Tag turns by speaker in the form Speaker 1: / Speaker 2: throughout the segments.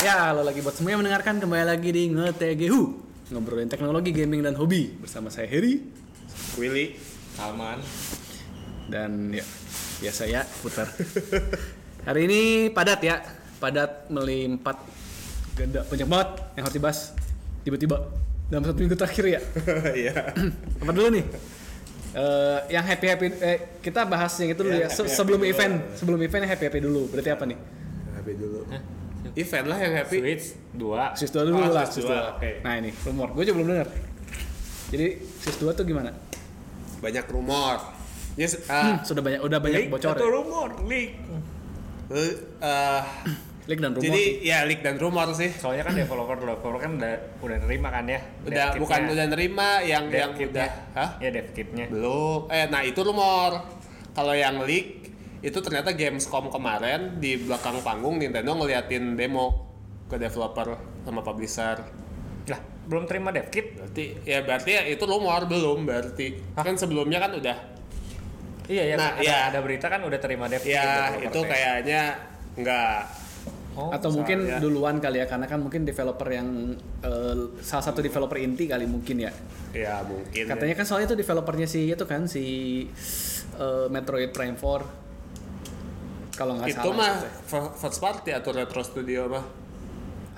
Speaker 1: Ya, halo lagi buat semua yang mendengarkan kembali lagi di NgeTGHU Ngobrolin teknologi, gaming, dan hobi Bersama saya Heri
Speaker 2: Willy, Salman.
Speaker 1: Dan ya, biasa ya, putar Hari ini padat ya Padat melimpat Ganda, banyak banget yang harus dibahas Tiba-tiba dalam satu minggu terakhir ya
Speaker 2: Iya.
Speaker 1: Apa dulu nih? Eh, yang happy happy kita bahas yang itu dulu ya,
Speaker 2: Ya,
Speaker 1: Se-
Speaker 2: happy-happy
Speaker 1: sebelum
Speaker 2: dulu.
Speaker 1: event sebelum event happy happy dulu berarti apa nih
Speaker 2: Happy dulu.
Speaker 1: Eh,
Speaker 2: Event Iya, lah yang happy.
Speaker 3: Switch 2
Speaker 1: sis 2 dulu
Speaker 2: Oh,
Speaker 1: lah sis
Speaker 2: sis
Speaker 1: 2
Speaker 2: dua, oke.
Speaker 1: nah ini rumor gue juga belum dengar jadi sis 2 tuh gimana
Speaker 2: Banyak rumor. Yes,
Speaker 1: Hmm,
Speaker 2: ah,
Speaker 1: sudah banyak udah banyak
Speaker 2: leak
Speaker 1: bocor
Speaker 2: atau
Speaker 1: ya?
Speaker 2: rumor, leak. Eh, ah,
Speaker 1: leak dan rumor
Speaker 2: jadi ya leak dan rumor sih.
Speaker 3: soalnya kan developer developer kan udah udah nerima kan ya
Speaker 2: Udah bukan udah nerima yang
Speaker 3: dev
Speaker 2: yang
Speaker 3: kitnya
Speaker 2: udah, hah?
Speaker 3: ya dev kitnya
Speaker 2: Belum. Eh, nah itu rumor. Kalau yang leak itu ternyata Gamescom kemarin di belakang panggung Nintendo ngeliatin demo ke developer sama publisher.
Speaker 3: lah belum terima dev kit
Speaker 2: Berarti ya berarti ya itu rumor belum berarti. Kan sebelumnya kan udah
Speaker 3: iya ya
Speaker 2: Nah,
Speaker 3: ada,
Speaker 2: iya.
Speaker 3: ada berita kan udah terima
Speaker 1: Iya,
Speaker 3: dev kit
Speaker 2: Ya
Speaker 3: developer
Speaker 2: itu
Speaker 3: teh.
Speaker 2: kayaknya nggak
Speaker 3: Oh,
Speaker 1: atau mungkin
Speaker 2: ya.
Speaker 1: duluan kali ya karena kan mungkin developer yang eh, salah satu developer inti kali mungkin ya
Speaker 2: ya mungkin.
Speaker 1: katanya kan soalnya itu developernya si itu kan si eh, Metroid Prime 4 kalau nggak
Speaker 2: itu
Speaker 1: salah
Speaker 2: mah fir- first party atau retro studio mah.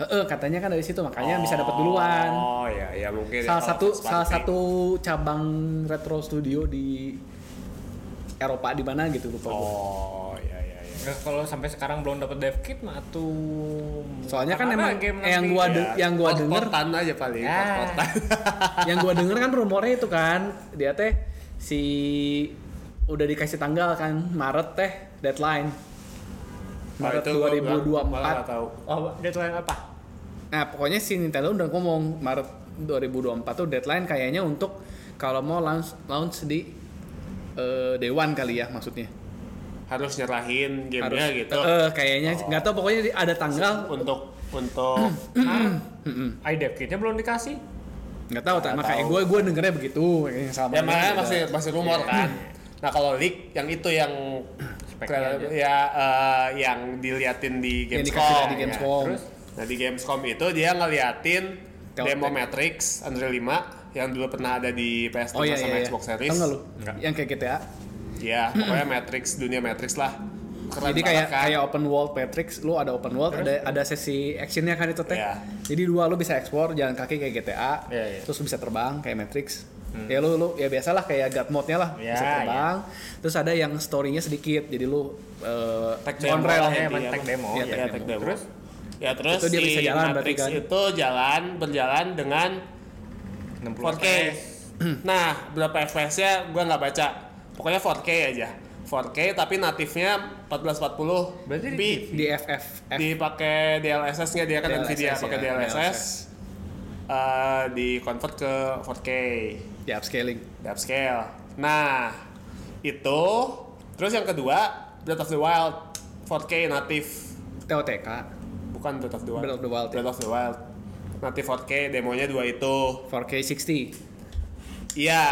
Speaker 1: Heeh, katanya kan dari situ makanya bisa dapat duluan
Speaker 2: Oh ya ya mungkin. ya,
Speaker 1: salah
Speaker 2: kalau
Speaker 1: satu
Speaker 2: first
Speaker 1: salah
Speaker 2: party.
Speaker 1: satu cabang retro studio di Eropa di mana gitu lupa gua.
Speaker 2: Oh ya ya ya.
Speaker 3: nggak, kalau sampai sekarang belum dapat dev kit mah tuh
Speaker 1: soalnya kan
Speaker 3: Mana
Speaker 1: emang
Speaker 3: game
Speaker 1: yang
Speaker 3: nanti?
Speaker 1: gua de-
Speaker 2: Ya,
Speaker 1: yang gua denger
Speaker 2: pot-potan aja paling.
Speaker 3: Ya.
Speaker 2: Pot-potan.
Speaker 1: yang gua denger kan rumornya itu kan dia teh si udah dikasih tanggal kan Maret teh deadline Maret
Speaker 2: Oh, itu gua nggak- malah nggak
Speaker 1: 2024
Speaker 2: tahu.
Speaker 3: oh deadline apa
Speaker 1: nah pokoknya si Nintendo udah ngomong Maret 2024 tuh deadline kayaknya untuk kalau mau launch launch di eh, Dewan kali ya maksudnya
Speaker 2: Harus nyerahin
Speaker 1: Harus-
Speaker 2: gamenya gitu.
Speaker 1: eh, kayaknya nggak tahu pokoknya di- ada tanggal
Speaker 2: Untuk untuk
Speaker 3: ah, i dev kitnya belum dikasih
Speaker 1: nggak tahu tak
Speaker 2: Nggak
Speaker 1: makanya
Speaker 2: tahu.
Speaker 1: gue gue dengernya begitu kayaknya sama
Speaker 2: ya makanya masih masih rumor
Speaker 3: Iya.
Speaker 2: kan. Nah kalau leak yang itu yang
Speaker 3: Speknya aja.
Speaker 2: ya eh, yang diliatin di
Speaker 1: Yang
Speaker 2: Gamescom.
Speaker 1: dikasih di
Speaker 2: ya.
Speaker 1: Gamescom.
Speaker 3: terus?
Speaker 2: Nah di Gamescom itu dia ngeliatin
Speaker 1: Telltale.
Speaker 2: demo Matrix Unreal 5 yang dulu pernah ada di PS5
Speaker 1: oh iya
Speaker 2: sama
Speaker 1: iya, iya.
Speaker 2: Xbox Series.
Speaker 1: Tahu nggak lu
Speaker 3: Nggak.
Speaker 1: yang kayak GTA
Speaker 2: Ya pokoknya Matrix dunia Matrix lah. Keren
Speaker 1: jadi
Speaker 2: banget
Speaker 1: kayak
Speaker 2: kan.
Speaker 1: kayak open world Matrix lu ada open world ada ada sesi actionnya kan itu teh
Speaker 2: Iya.
Speaker 1: jadi dua lu bisa explore jalan kaki kayak GTA
Speaker 3: Iya, iya.
Speaker 1: terus lu bisa terbang kayak Matrix
Speaker 2: Hmm.
Speaker 1: ya lu lu ya biasalah kayak god mode-nya lah
Speaker 3: Iya,
Speaker 1: bisa terbang terus ada yang story-nya sedikit jadi lu eh,
Speaker 2: Tag
Speaker 1: on
Speaker 2: demo
Speaker 1: rail
Speaker 2: lah
Speaker 3: ya,
Speaker 2: intinya.
Speaker 3: emang tag demo.
Speaker 1: Iya,
Speaker 2: Iya,
Speaker 1: tag
Speaker 2: tag
Speaker 1: demo.
Speaker 2: demo.
Speaker 3: Terus?
Speaker 2: Ya terus
Speaker 1: Itu dia
Speaker 2: si
Speaker 1: bisa jalan berarti
Speaker 2: Matrix
Speaker 1: kan?
Speaker 2: itu jalan berjalan dengan
Speaker 3: 60
Speaker 2: 4K.
Speaker 3: FPS.
Speaker 2: nah, berapa FPS-nya gua nggak baca. Pokoknya 4K aja. 4K tapi natifnya 1440
Speaker 3: Berarti
Speaker 2: Tapi
Speaker 1: di FF
Speaker 2: dipakai DLSS-nya dia kan
Speaker 1: DLSS,
Speaker 2: Nvidia pakai
Speaker 1: ya,
Speaker 2: DLSS. eh di convert ke 4K
Speaker 1: ya upscaling
Speaker 2: di upscale. Nah, itu terus yang kedua Breath of the Wild 4K natif
Speaker 1: TOTK
Speaker 2: bukan Breath of the Wild.
Speaker 1: Breath of the Wild, ya.
Speaker 2: Breath of the Wild. Natif 4K demonya dua itu.
Speaker 1: 4K 60
Speaker 2: Iya.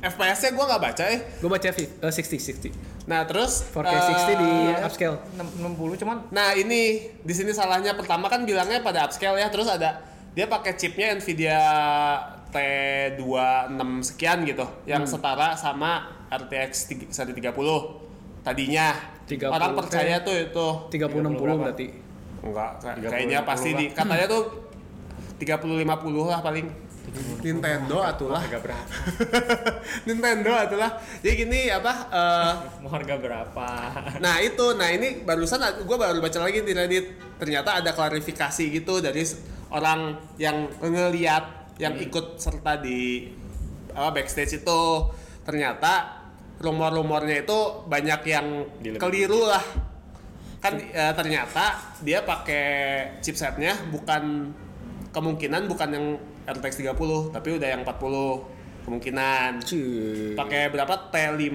Speaker 2: FPS-nya gua nggak baca eh.
Speaker 1: gue baca fi- eh, 60 60
Speaker 2: Nah, terus
Speaker 1: 4K
Speaker 2: eh,
Speaker 1: 60 di Iya, upscale
Speaker 3: 60 cuman
Speaker 2: Nah, ini di sini salahnya pertama kan bilangnya pada upscale ya, terus ada dia pakai chipnya Nvidia T26 sekian gitu, yang
Speaker 1: Hmm.
Speaker 2: setara sama RTX 1030 tadinya.
Speaker 1: 30
Speaker 2: Orang
Speaker 1: T.
Speaker 2: percaya tuh itu
Speaker 1: 3060
Speaker 3: berapa?
Speaker 1: berarti
Speaker 2: Enggak, kayak-
Speaker 3: 30,
Speaker 2: kayaknya pasti di katanya tuh 30-50 lah paling. Nintendo atulah.
Speaker 3: harga berapa
Speaker 2: Nintendo atulah. Jadi gini apa eh,
Speaker 3: mau harga berapa
Speaker 2: Nah itu, nah ini barusan gue baru baca lagi di Reddit ternyata ada klarifikasi gitu dari s- orang yang ngeliat yang ikut serta di apa, backstage itu ternyata rumor-rumornya itu banyak yang
Speaker 3: Dilebih.
Speaker 2: keliru lah kan eh, ternyata dia pakai chipsetnya bukan kemungkinan bukan yang RTX 30 tapi udah yang 40 kemungkinan
Speaker 1: Cie.
Speaker 2: pakai berapa T5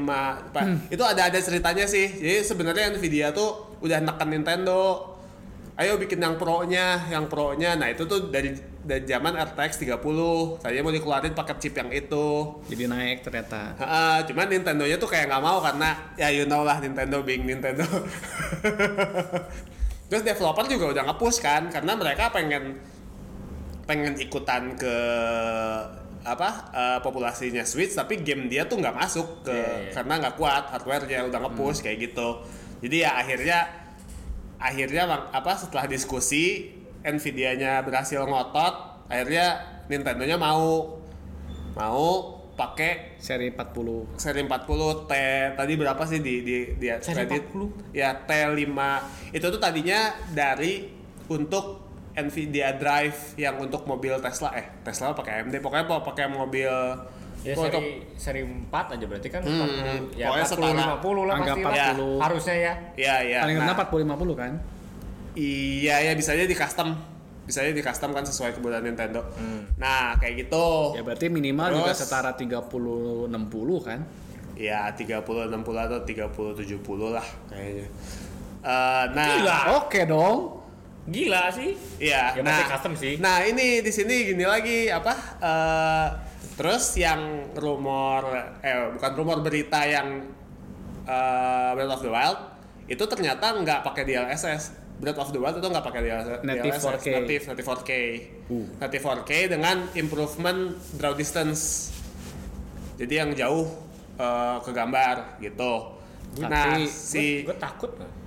Speaker 2: Pak. itu ada ada ceritanya sih jadi sebenarnya Nvidia tuh udah neken Nintendo ayo bikin yang pro nya yang pro nya nah itu tuh dari dari zaman RTX 30 tadinya mau dikeluarin pakai chip yang itu
Speaker 1: jadi naik ternyata
Speaker 2: Heeh, cuman Nintendo nya tuh kayak nggak mau karena ya you know lah Nintendo being Nintendo Terus developer juga udah nge-push kan karena mereka pengen pengen ikutan ke apa eh, populasinya Switch tapi game dia tuh nggak masuk ke
Speaker 3: Iya, Hmm. iya.
Speaker 2: karena nggak kuat hardwarenya udah nge-push kayak gitu. Jadi ya akhirnya akhirnya mak- apa setelah diskusi Nvidia-nya berhasil ngotot, akhirnya Nintendo-nya mau mau pakai
Speaker 1: seri 40
Speaker 2: seri 40 T tadi berapa sih di di di
Speaker 3: Seri
Speaker 2: Reddit?
Speaker 3: 40?
Speaker 2: Ya T5. Itu tuh tadinya dari untuk Nvidia Drive yang untuk mobil Tesla eh Tesla pakai AMD pokoknya mau pakai mobil
Speaker 3: Ya
Speaker 2: pokoknya
Speaker 3: seri, seri 4 aja berarti kan
Speaker 2: Hmm,
Speaker 3: 40, ya
Speaker 2: pokoknya
Speaker 3: 40
Speaker 2: setara.
Speaker 3: 50 lah
Speaker 1: Angka
Speaker 3: pasti lah.
Speaker 1: 40.
Speaker 3: Harusnya ya.
Speaker 2: Iya iya.
Speaker 1: paling
Speaker 2: Nah,
Speaker 1: rendah 40 50 kan
Speaker 2: Iya ya bisa aja di custom. Bisa aja di custom kan sesuai kebutuhan Nintendo.
Speaker 3: Hmm.
Speaker 2: Nah, kayak gitu.
Speaker 1: ya berarti minimal juga
Speaker 2: Terus-
Speaker 1: setara 30 60 kan
Speaker 2: Ya 30 60 atau 30 70 lah kayaknya. Eh, nah,
Speaker 3: Gila.
Speaker 1: oke dong
Speaker 3: Gila sih.
Speaker 2: Iya.
Speaker 3: Ya masih custom sih.
Speaker 2: Nah ini di sini gini lagi apa? eh, terus yang rumor eh bukan rumor berita yang eh, Breath of the Wild itu ternyata nggak pakai DLSS. Breath of the Wild itu nggak pakai DLSS.
Speaker 1: Native 4K.
Speaker 2: Native, native 4K.
Speaker 1: Uh.
Speaker 2: Native 4K dengan improvement draw distance. Jadi yang jauh eh, ke gambar gitu. Nah,
Speaker 1: Tapi-
Speaker 2: si
Speaker 3: Gue takut. lah.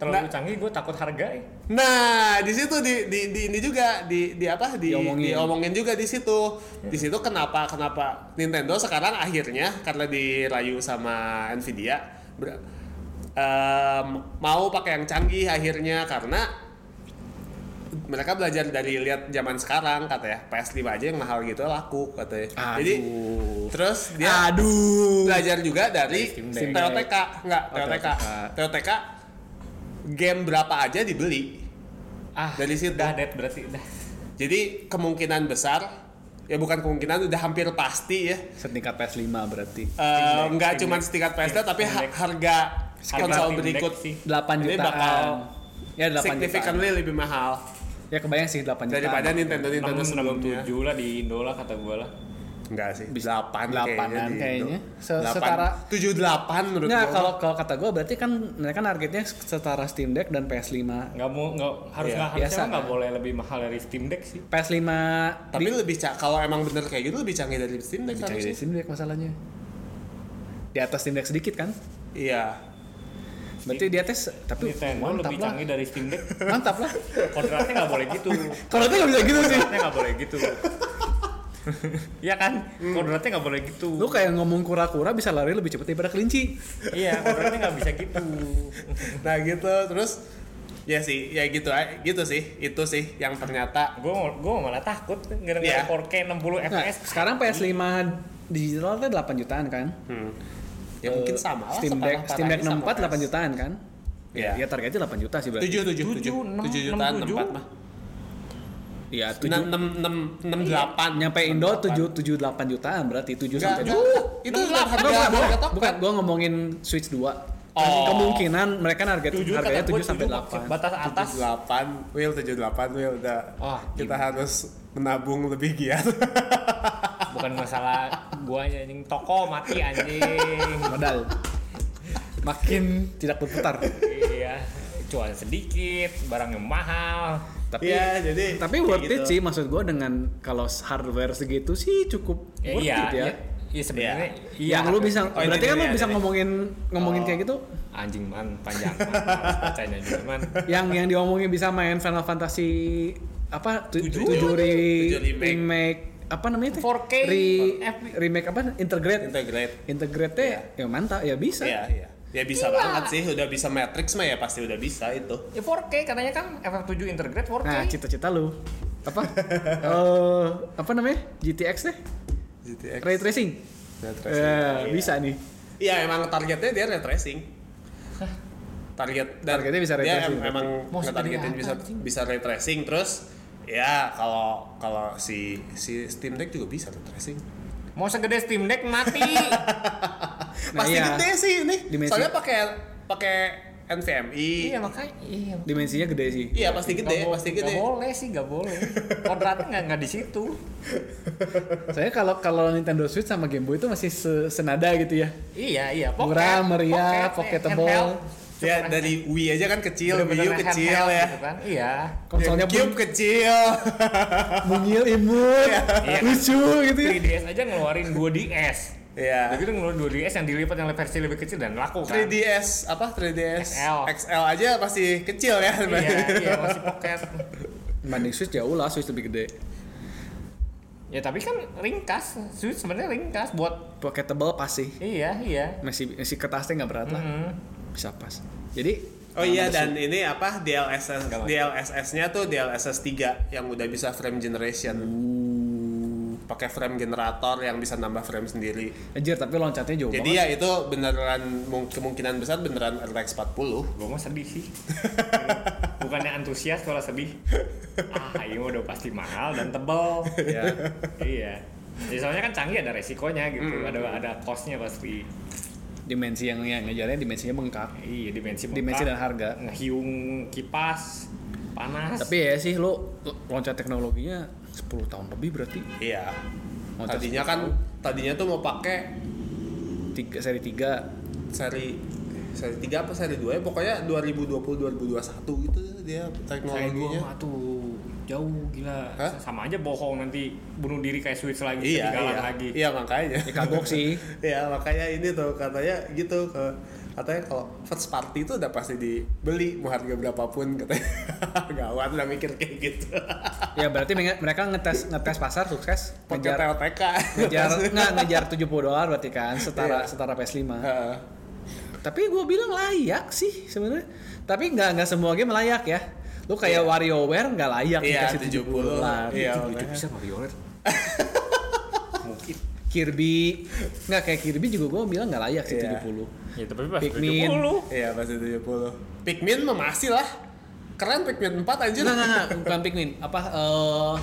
Speaker 3: Terlalu
Speaker 2: Nah.
Speaker 3: canggih gue takut harga. eh.
Speaker 2: Nah, di situ di, di, di ini juga di di apa di
Speaker 1: Diomongin.
Speaker 2: diomongin juga di situ. Di situ kenapa kenapa Nintendo sekarang akhirnya karena dirayu sama Nvidia ber- em, mau pakai yang canggih akhirnya karena mereka belajar dari lihat zaman sekarang kata ya PS5 aja yang mahal gitu laku katanya.
Speaker 1: aduh
Speaker 2: Jadi terus dia
Speaker 1: aduh
Speaker 2: belajar juga dari
Speaker 3: Steam Deck.
Speaker 2: TOTK enggak
Speaker 1: Oh,
Speaker 2: TOTK
Speaker 1: TOTK.
Speaker 2: TOTK game berapa aja dibeli
Speaker 3: Ah,
Speaker 2: Dari situ.
Speaker 3: Dah dead berarti dah.
Speaker 2: jadi kemungkinan besar ya bukan kemungkinan udah hampir pasti ya
Speaker 1: setingkat PS5 berarti
Speaker 2: Eh,
Speaker 3: Deck,
Speaker 2: nggak
Speaker 3: Steam
Speaker 2: cuma
Speaker 3: Deck.
Speaker 2: setingkat PS tapi
Speaker 3: Steam
Speaker 2: ha-
Speaker 3: Deck.
Speaker 2: harga
Speaker 3: Harga Steam
Speaker 2: konsol
Speaker 3: Deck
Speaker 2: berikut
Speaker 3: sih.
Speaker 1: 8
Speaker 2: Ini
Speaker 1: jutaan
Speaker 2: bakal
Speaker 1: ya 8 jutaan
Speaker 2: significantly lebih mahal
Speaker 1: ya kebayang sih 8 jutaan
Speaker 2: daripada Nintendo Nintendo sebelumnya
Speaker 3: 67 lah di Indo lah kata gue lah.
Speaker 2: enggak sih
Speaker 1: Bisa.
Speaker 2: 8
Speaker 1: Delapanan kayaknya.
Speaker 2: kayaknya,
Speaker 1: Se- setara-
Speaker 2: setara 78 menurut
Speaker 1: Nggak,
Speaker 2: gua.
Speaker 1: kalau kalau kata gue berarti kan mereka targetnya setara Steam Deck dan PS5
Speaker 3: Nggak mau nggak harus
Speaker 2: Iya,
Speaker 3: nggak
Speaker 1: biasa
Speaker 3: harusnya nggak
Speaker 1: kan.
Speaker 3: boleh lebih mahal dari Steam Deck sih.
Speaker 1: PS5
Speaker 2: tapi lebih ca- kalau emang bener kayak gitu lebih canggih dari Steam Deck
Speaker 1: Canggih dari
Speaker 2: harusnya.
Speaker 1: Steam Deck masalahnya. Di atas Steam Deck sedikit kan?
Speaker 2: iya
Speaker 1: Berarti di atas tapi
Speaker 3: Nintendo
Speaker 1: mantap
Speaker 3: lebih
Speaker 1: lah.
Speaker 3: canggih dari Steam Deck.
Speaker 1: Mantap lah.
Speaker 3: Kontraknya nggak boleh gitu.
Speaker 1: Kalau itu nggak bisa gitu sih.
Speaker 3: Kontraknya nggak boleh gitu. Iya kan? Kontraknya nggak boleh gitu.
Speaker 1: Lu kan- kayak ngomong kura-kura bisa lari lebih cepet daripada kelinci.
Speaker 3: Iya, kontraknya nggak bisa gitu.
Speaker 2: nah gitu terus ya sih ya gitu eh, gitu sih itu sih yang ternyata
Speaker 3: Gue gue malah takut
Speaker 2: Iya.
Speaker 3: ngedengar 4K 60
Speaker 1: Nah,
Speaker 3: fps.
Speaker 1: sekarang PS5 digitalnya 8 jutaan kan?
Speaker 2: hmm, ya mungkin sama lah
Speaker 1: Eh, Steam Deck Steam Deck 64 8 jutaan kan?
Speaker 2: Iya.
Speaker 1: Ya, ya targetnya 8 juta sih berarti.
Speaker 2: tujuh tujuh
Speaker 3: Tujuh,
Speaker 2: tujuh
Speaker 3: enam,
Speaker 2: tujuh
Speaker 3: enam,
Speaker 2: jutaan
Speaker 3: tujuh.
Speaker 2: empat mah
Speaker 1: Ya
Speaker 2: enam
Speaker 1: 7
Speaker 2: enam enam enam delapan
Speaker 1: nyampe Indo 7 7 8 jutaan berarti 7
Speaker 2: Enggak,
Speaker 1: sampai
Speaker 2: enggak. itu bukan harga harga top
Speaker 1: Bukan, gua ngomongin Switch 2.
Speaker 2: Oh.
Speaker 1: Kemungkinan mereka target
Speaker 3: Tujuh,
Speaker 1: harganya
Speaker 3: kata gua
Speaker 1: 7 sampai
Speaker 3: tujuh,
Speaker 1: 8.
Speaker 3: Batas atas.
Speaker 2: tujuh delapan will tujuh delapan will udah
Speaker 3: Ah,
Speaker 2: kita harus menabung lebih giat
Speaker 3: Bukan masalah guanya anjing toko mati anjing.
Speaker 1: modal makin tidak berputar
Speaker 3: iya cuan sedikit barang yang mahal
Speaker 1: tapi
Speaker 2: Iya, jadi
Speaker 1: tapi
Speaker 2: kayak
Speaker 1: worth it
Speaker 2: gitu.
Speaker 1: sih maksud gue dengan kalau hardware segitu sih cukup
Speaker 3: ya,
Speaker 1: worth
Speaker 3: iya
Speaker 1: it ya
Speaker 3: iya iya sebenarnya iya
Speaker 1: yang lu bisa
Speaker 2: Oh, ini
Speaker 1: berarti kan lu
Speaker 2: dulu ya,
Speaker 1: bisa
Speaker 2: ini.
Speaker 1: ngomongin ngomongin
Speaker 2: Oh.
Speaker 1: kayak gitu
Speaker 3: anjing man panjang man harus bacanya juga man
Speaker 1: yang yang diomongin bisa main Final Fantasy apa tu-
Speaker 3: Tujuh.
Speaker 1: tujuh re-
Speaker 2: Tujuh remake.
Speaker 1: remake apa namanya teh
Speaker 3: 4K.
Speaker 1: Re-
Speaker 3: F-
Speaker 1: remake apa integrate
Speaker 2: integrate
Speaker 1: integrate teh ya mantap ya bisa
Speaker 2: ya ya ya bisa banget sih udah bisa matrix mah ya pasti udah bisa itu
Speaker 3: ya 4K katanya kan FF7 integrate 4K
Speaker 1: nah cita-cita lu apa Eh, apa namanya GTX teh
Speaker 2: GTX
Speaker 1: ray tracing
Speaker 2: Ray
Speaker 1: Eh,
Speaker 2: tracing. Iya.
Speaker 1: bisa nih
Speaker 2: Iya emang targetnya dia ray tracing. Target dan
Speaker 1: Targetnya bisa ray
Speaker 2: dia
Speaker 1: tracing,
Speaker 2: em- emang
Speaker 3: Mau
Speaker 2: ngetargetin
Speaker 3: segede
Speaker 2: bisa
Speaker 3: apa, anjing?
Speaker 2: bisa ray tracing terus ya kalau kalau si si Steam Deck juga bisa ray tracing.
Speaker 3: mau segede Steam Deck mati
Speaker 1: Nah,
Speaker 2: Pasti
Speaker 1: iya.
Speaker 2: gede sih ini.
Speaker 1: Dimensi.
Speaker 2: Soalnya pakai pakai NVMe.
Speaker 3: iya makanya iya
Speaker 1: dimensinya gede sih
Speaker 2: Iya, pasti gede,
Speaker 3: Nggak bo-
Speaker 2: pasti gede.
Speaker 3: nggak boleh sih nggak boleh kodratnya nggak nggak di situ
Speaker 1: saya kalau kalau Nintendo Switch sama Game Boy itu masih se- senada gitu ya
Speaker 3: iya iya
Speaker 1: murah meriah pocketable
Speaker 3: handheld.
Speaker 2: ya dari Wii aja kan kecil, Wii U
Speaker 3: Bener-bener
Speaker 2: kecil
Speaker 3: handheld
Speaker 2: ya.
Speaker 3: gitu kan. Iya.
Speaker 1: Konsolnya
Speaker 2: Cube kecil.
Speaker 1: mungil imut
Speaker 3: Iya.
Speaker 1: lucu gitu ya
Speaker 3: 3DS aja ngeluarin 2DS.
Speaker 2: Iya.
Speaker 3: Jadi dia ngeluarin 2DS yang dilipat yang versi lebih kecil dan laku kan.
Speaker 2: 3DS apa 3DS
Speaker 3: XL.
Speaker 2: aja masih kecil ya.
Speaker 3: Iya, iya masih pocket.
Speaker 1: Banding Switch jauh lah, Switch lebih gede.
Speaker 3: Ya tapi kan ringkas, Switch sebenarnya ringkas buat
Speaker 1: Pocketable pasti.
Speaker 3: iya iya.
Speaker 1: Masih masih kertasnya nggak berat lah,
Speaker 3: Mm.
Speaker 2: Hmm.
Speaker 1: bisa pas. Jadi
Speaker 2: Oh iya dan ini apa DLSS
Speaker 3: Nggak mati.
Speaker 2: DLSS-nya tuh DLSS 3 yang udah bisa frame generation. Pakai frame generator yang bisa nambah frame sendiri.
Speaker 1: anjir tapi loncatnya jauh
Speaker 2: Jadi ya itu beneran mung- kemungkinan besar beneran RTX 40.
Speaker 3: Gue mah sedih sih. Bukannya antusias malah sedih. Ah, ini udah pasti mahal dan tebal.
Speaker 1: banget. Ya.
Speaker 3: iya. Ya, soalnya kan canggih ada resikonya gitu, ada ada costnya pasti.
Speaker 1: Dimensi yang yang ngejarnya dimensinya bengkak.
Speaker 3: Iya dimensi bengkak,
Speaker 1: Dimensi dan harga.
Speaker 3: Ngehiung kipas panas.
Speaker 1: Tapi ya sih lo loncat teknologinya 10 tahun lebih berarti.
Speaker 2: Iya.
Speaker 1: Mau tes
Speaker 2: Tadinya kan tadinya tuh mau pakai
Speaker 1: Tiga, seri 3
Speaker 2: seri seri 3 apa seri 2 ya pokoknya 2020 2021 gitu dia
Speaker 3: Kayak gua
Speaker 2: teknologinya.
Speaker 3: mah tuh jauh gila.
Speaker 2: Hah?
Speaker 3: Sama aja bohong nanti bunuh diri kayak switch lagi
Speaker 2: Iya,
Speaker 3: ketinggalan
Speaker 2: iya.
Speaker 3: lagi.
Speaker 2: Iya makanya.
Speaker 1: ya kagok sih.
Speaker 2: ya makanya ini tuh katanya gitu ke katanya kalau first party itu udah pasti dibeli mau harga berapapun katanya gawat udah mikir kayak gitu
Speaker 1: Ya berarti menge- mereka ngetes ngetes pasar sukses
Speaker 2: pakai
Speaker 1: ngejar
Speaker 2: TOTK
Speaker 1: ngejar nggak ngejar 70 dolar berarti kan setara
Speaker 2: Iya.
Speaker 1: setara PS5.
Speaker 2: Heeh.
Speaker 1: Tapi gue bilang layak sih sebenarnya. Tapi nggak nggak semua game layak ya. Lu kayak WarioWare nggak layak
Speaker 2: Iya,
Speaker 1: dikasih 70 dolar.
Speaker 2: Iya,
Speaker 1: Itu- itu
Speaker 2: makanya.
Speaker 1: bisa WarioWare.
Speaker 3: Mungkin.
Speaker 1: Kirby nggak kayak Kirby juga gue bilang nggak layak sih
Speaker 2: Iya.
Speaker 1: 70.
Speaker 3: Ya tapi pas
Speaker 1: Pikmin.
Speaker 3: 70.
Speaker 2: iya pasti 70 Pikmin mah masih lah keren Pikmin 4 anjir
Speaker 1: Enggak, enggak, enggak, bukan Pikmin. Apa eh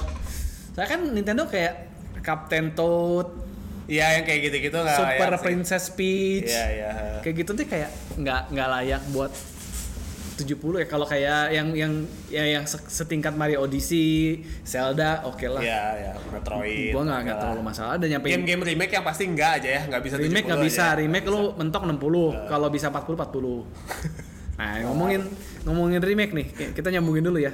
Speaker 1: saya kan Nintendo kayak Captain Toad,
Speaker 2: iya yang kayak gitu-gitu nggak
Speaker 1: Super
Speaker 2: layak iya sih.
Speaker 1: Princess Peach.
Speaker 2: iya iya
Speaker 1: Kayak gitu tuh kayak nggak nggak layak buat 70 ya kalau kayak yang yang ya yang se- setingkat Mario Odyssey, Zelda, oke lah.
Speaker 2: iya iya
Speaker 1: gua nggak
Speaker 2: Metroid
Speaker 1: nggak
Speaker 2: enggak
Speaker 1: terlalu
Speaker 2: lah.
Speaker 1: masalah dan nyampe
Speaker 2: game-game remake yang pasti enggak aja ya nggak bisa
Speaker 1: remake
Speaker 2: 70
Speaker 1: nggak
Speaker 2: aja. Iya.
Speaker 1: bisa remake lu mentok 60 kalau bisa 40 40 nah ngomongin ngomongin remake nih kita nyambungin dulu ya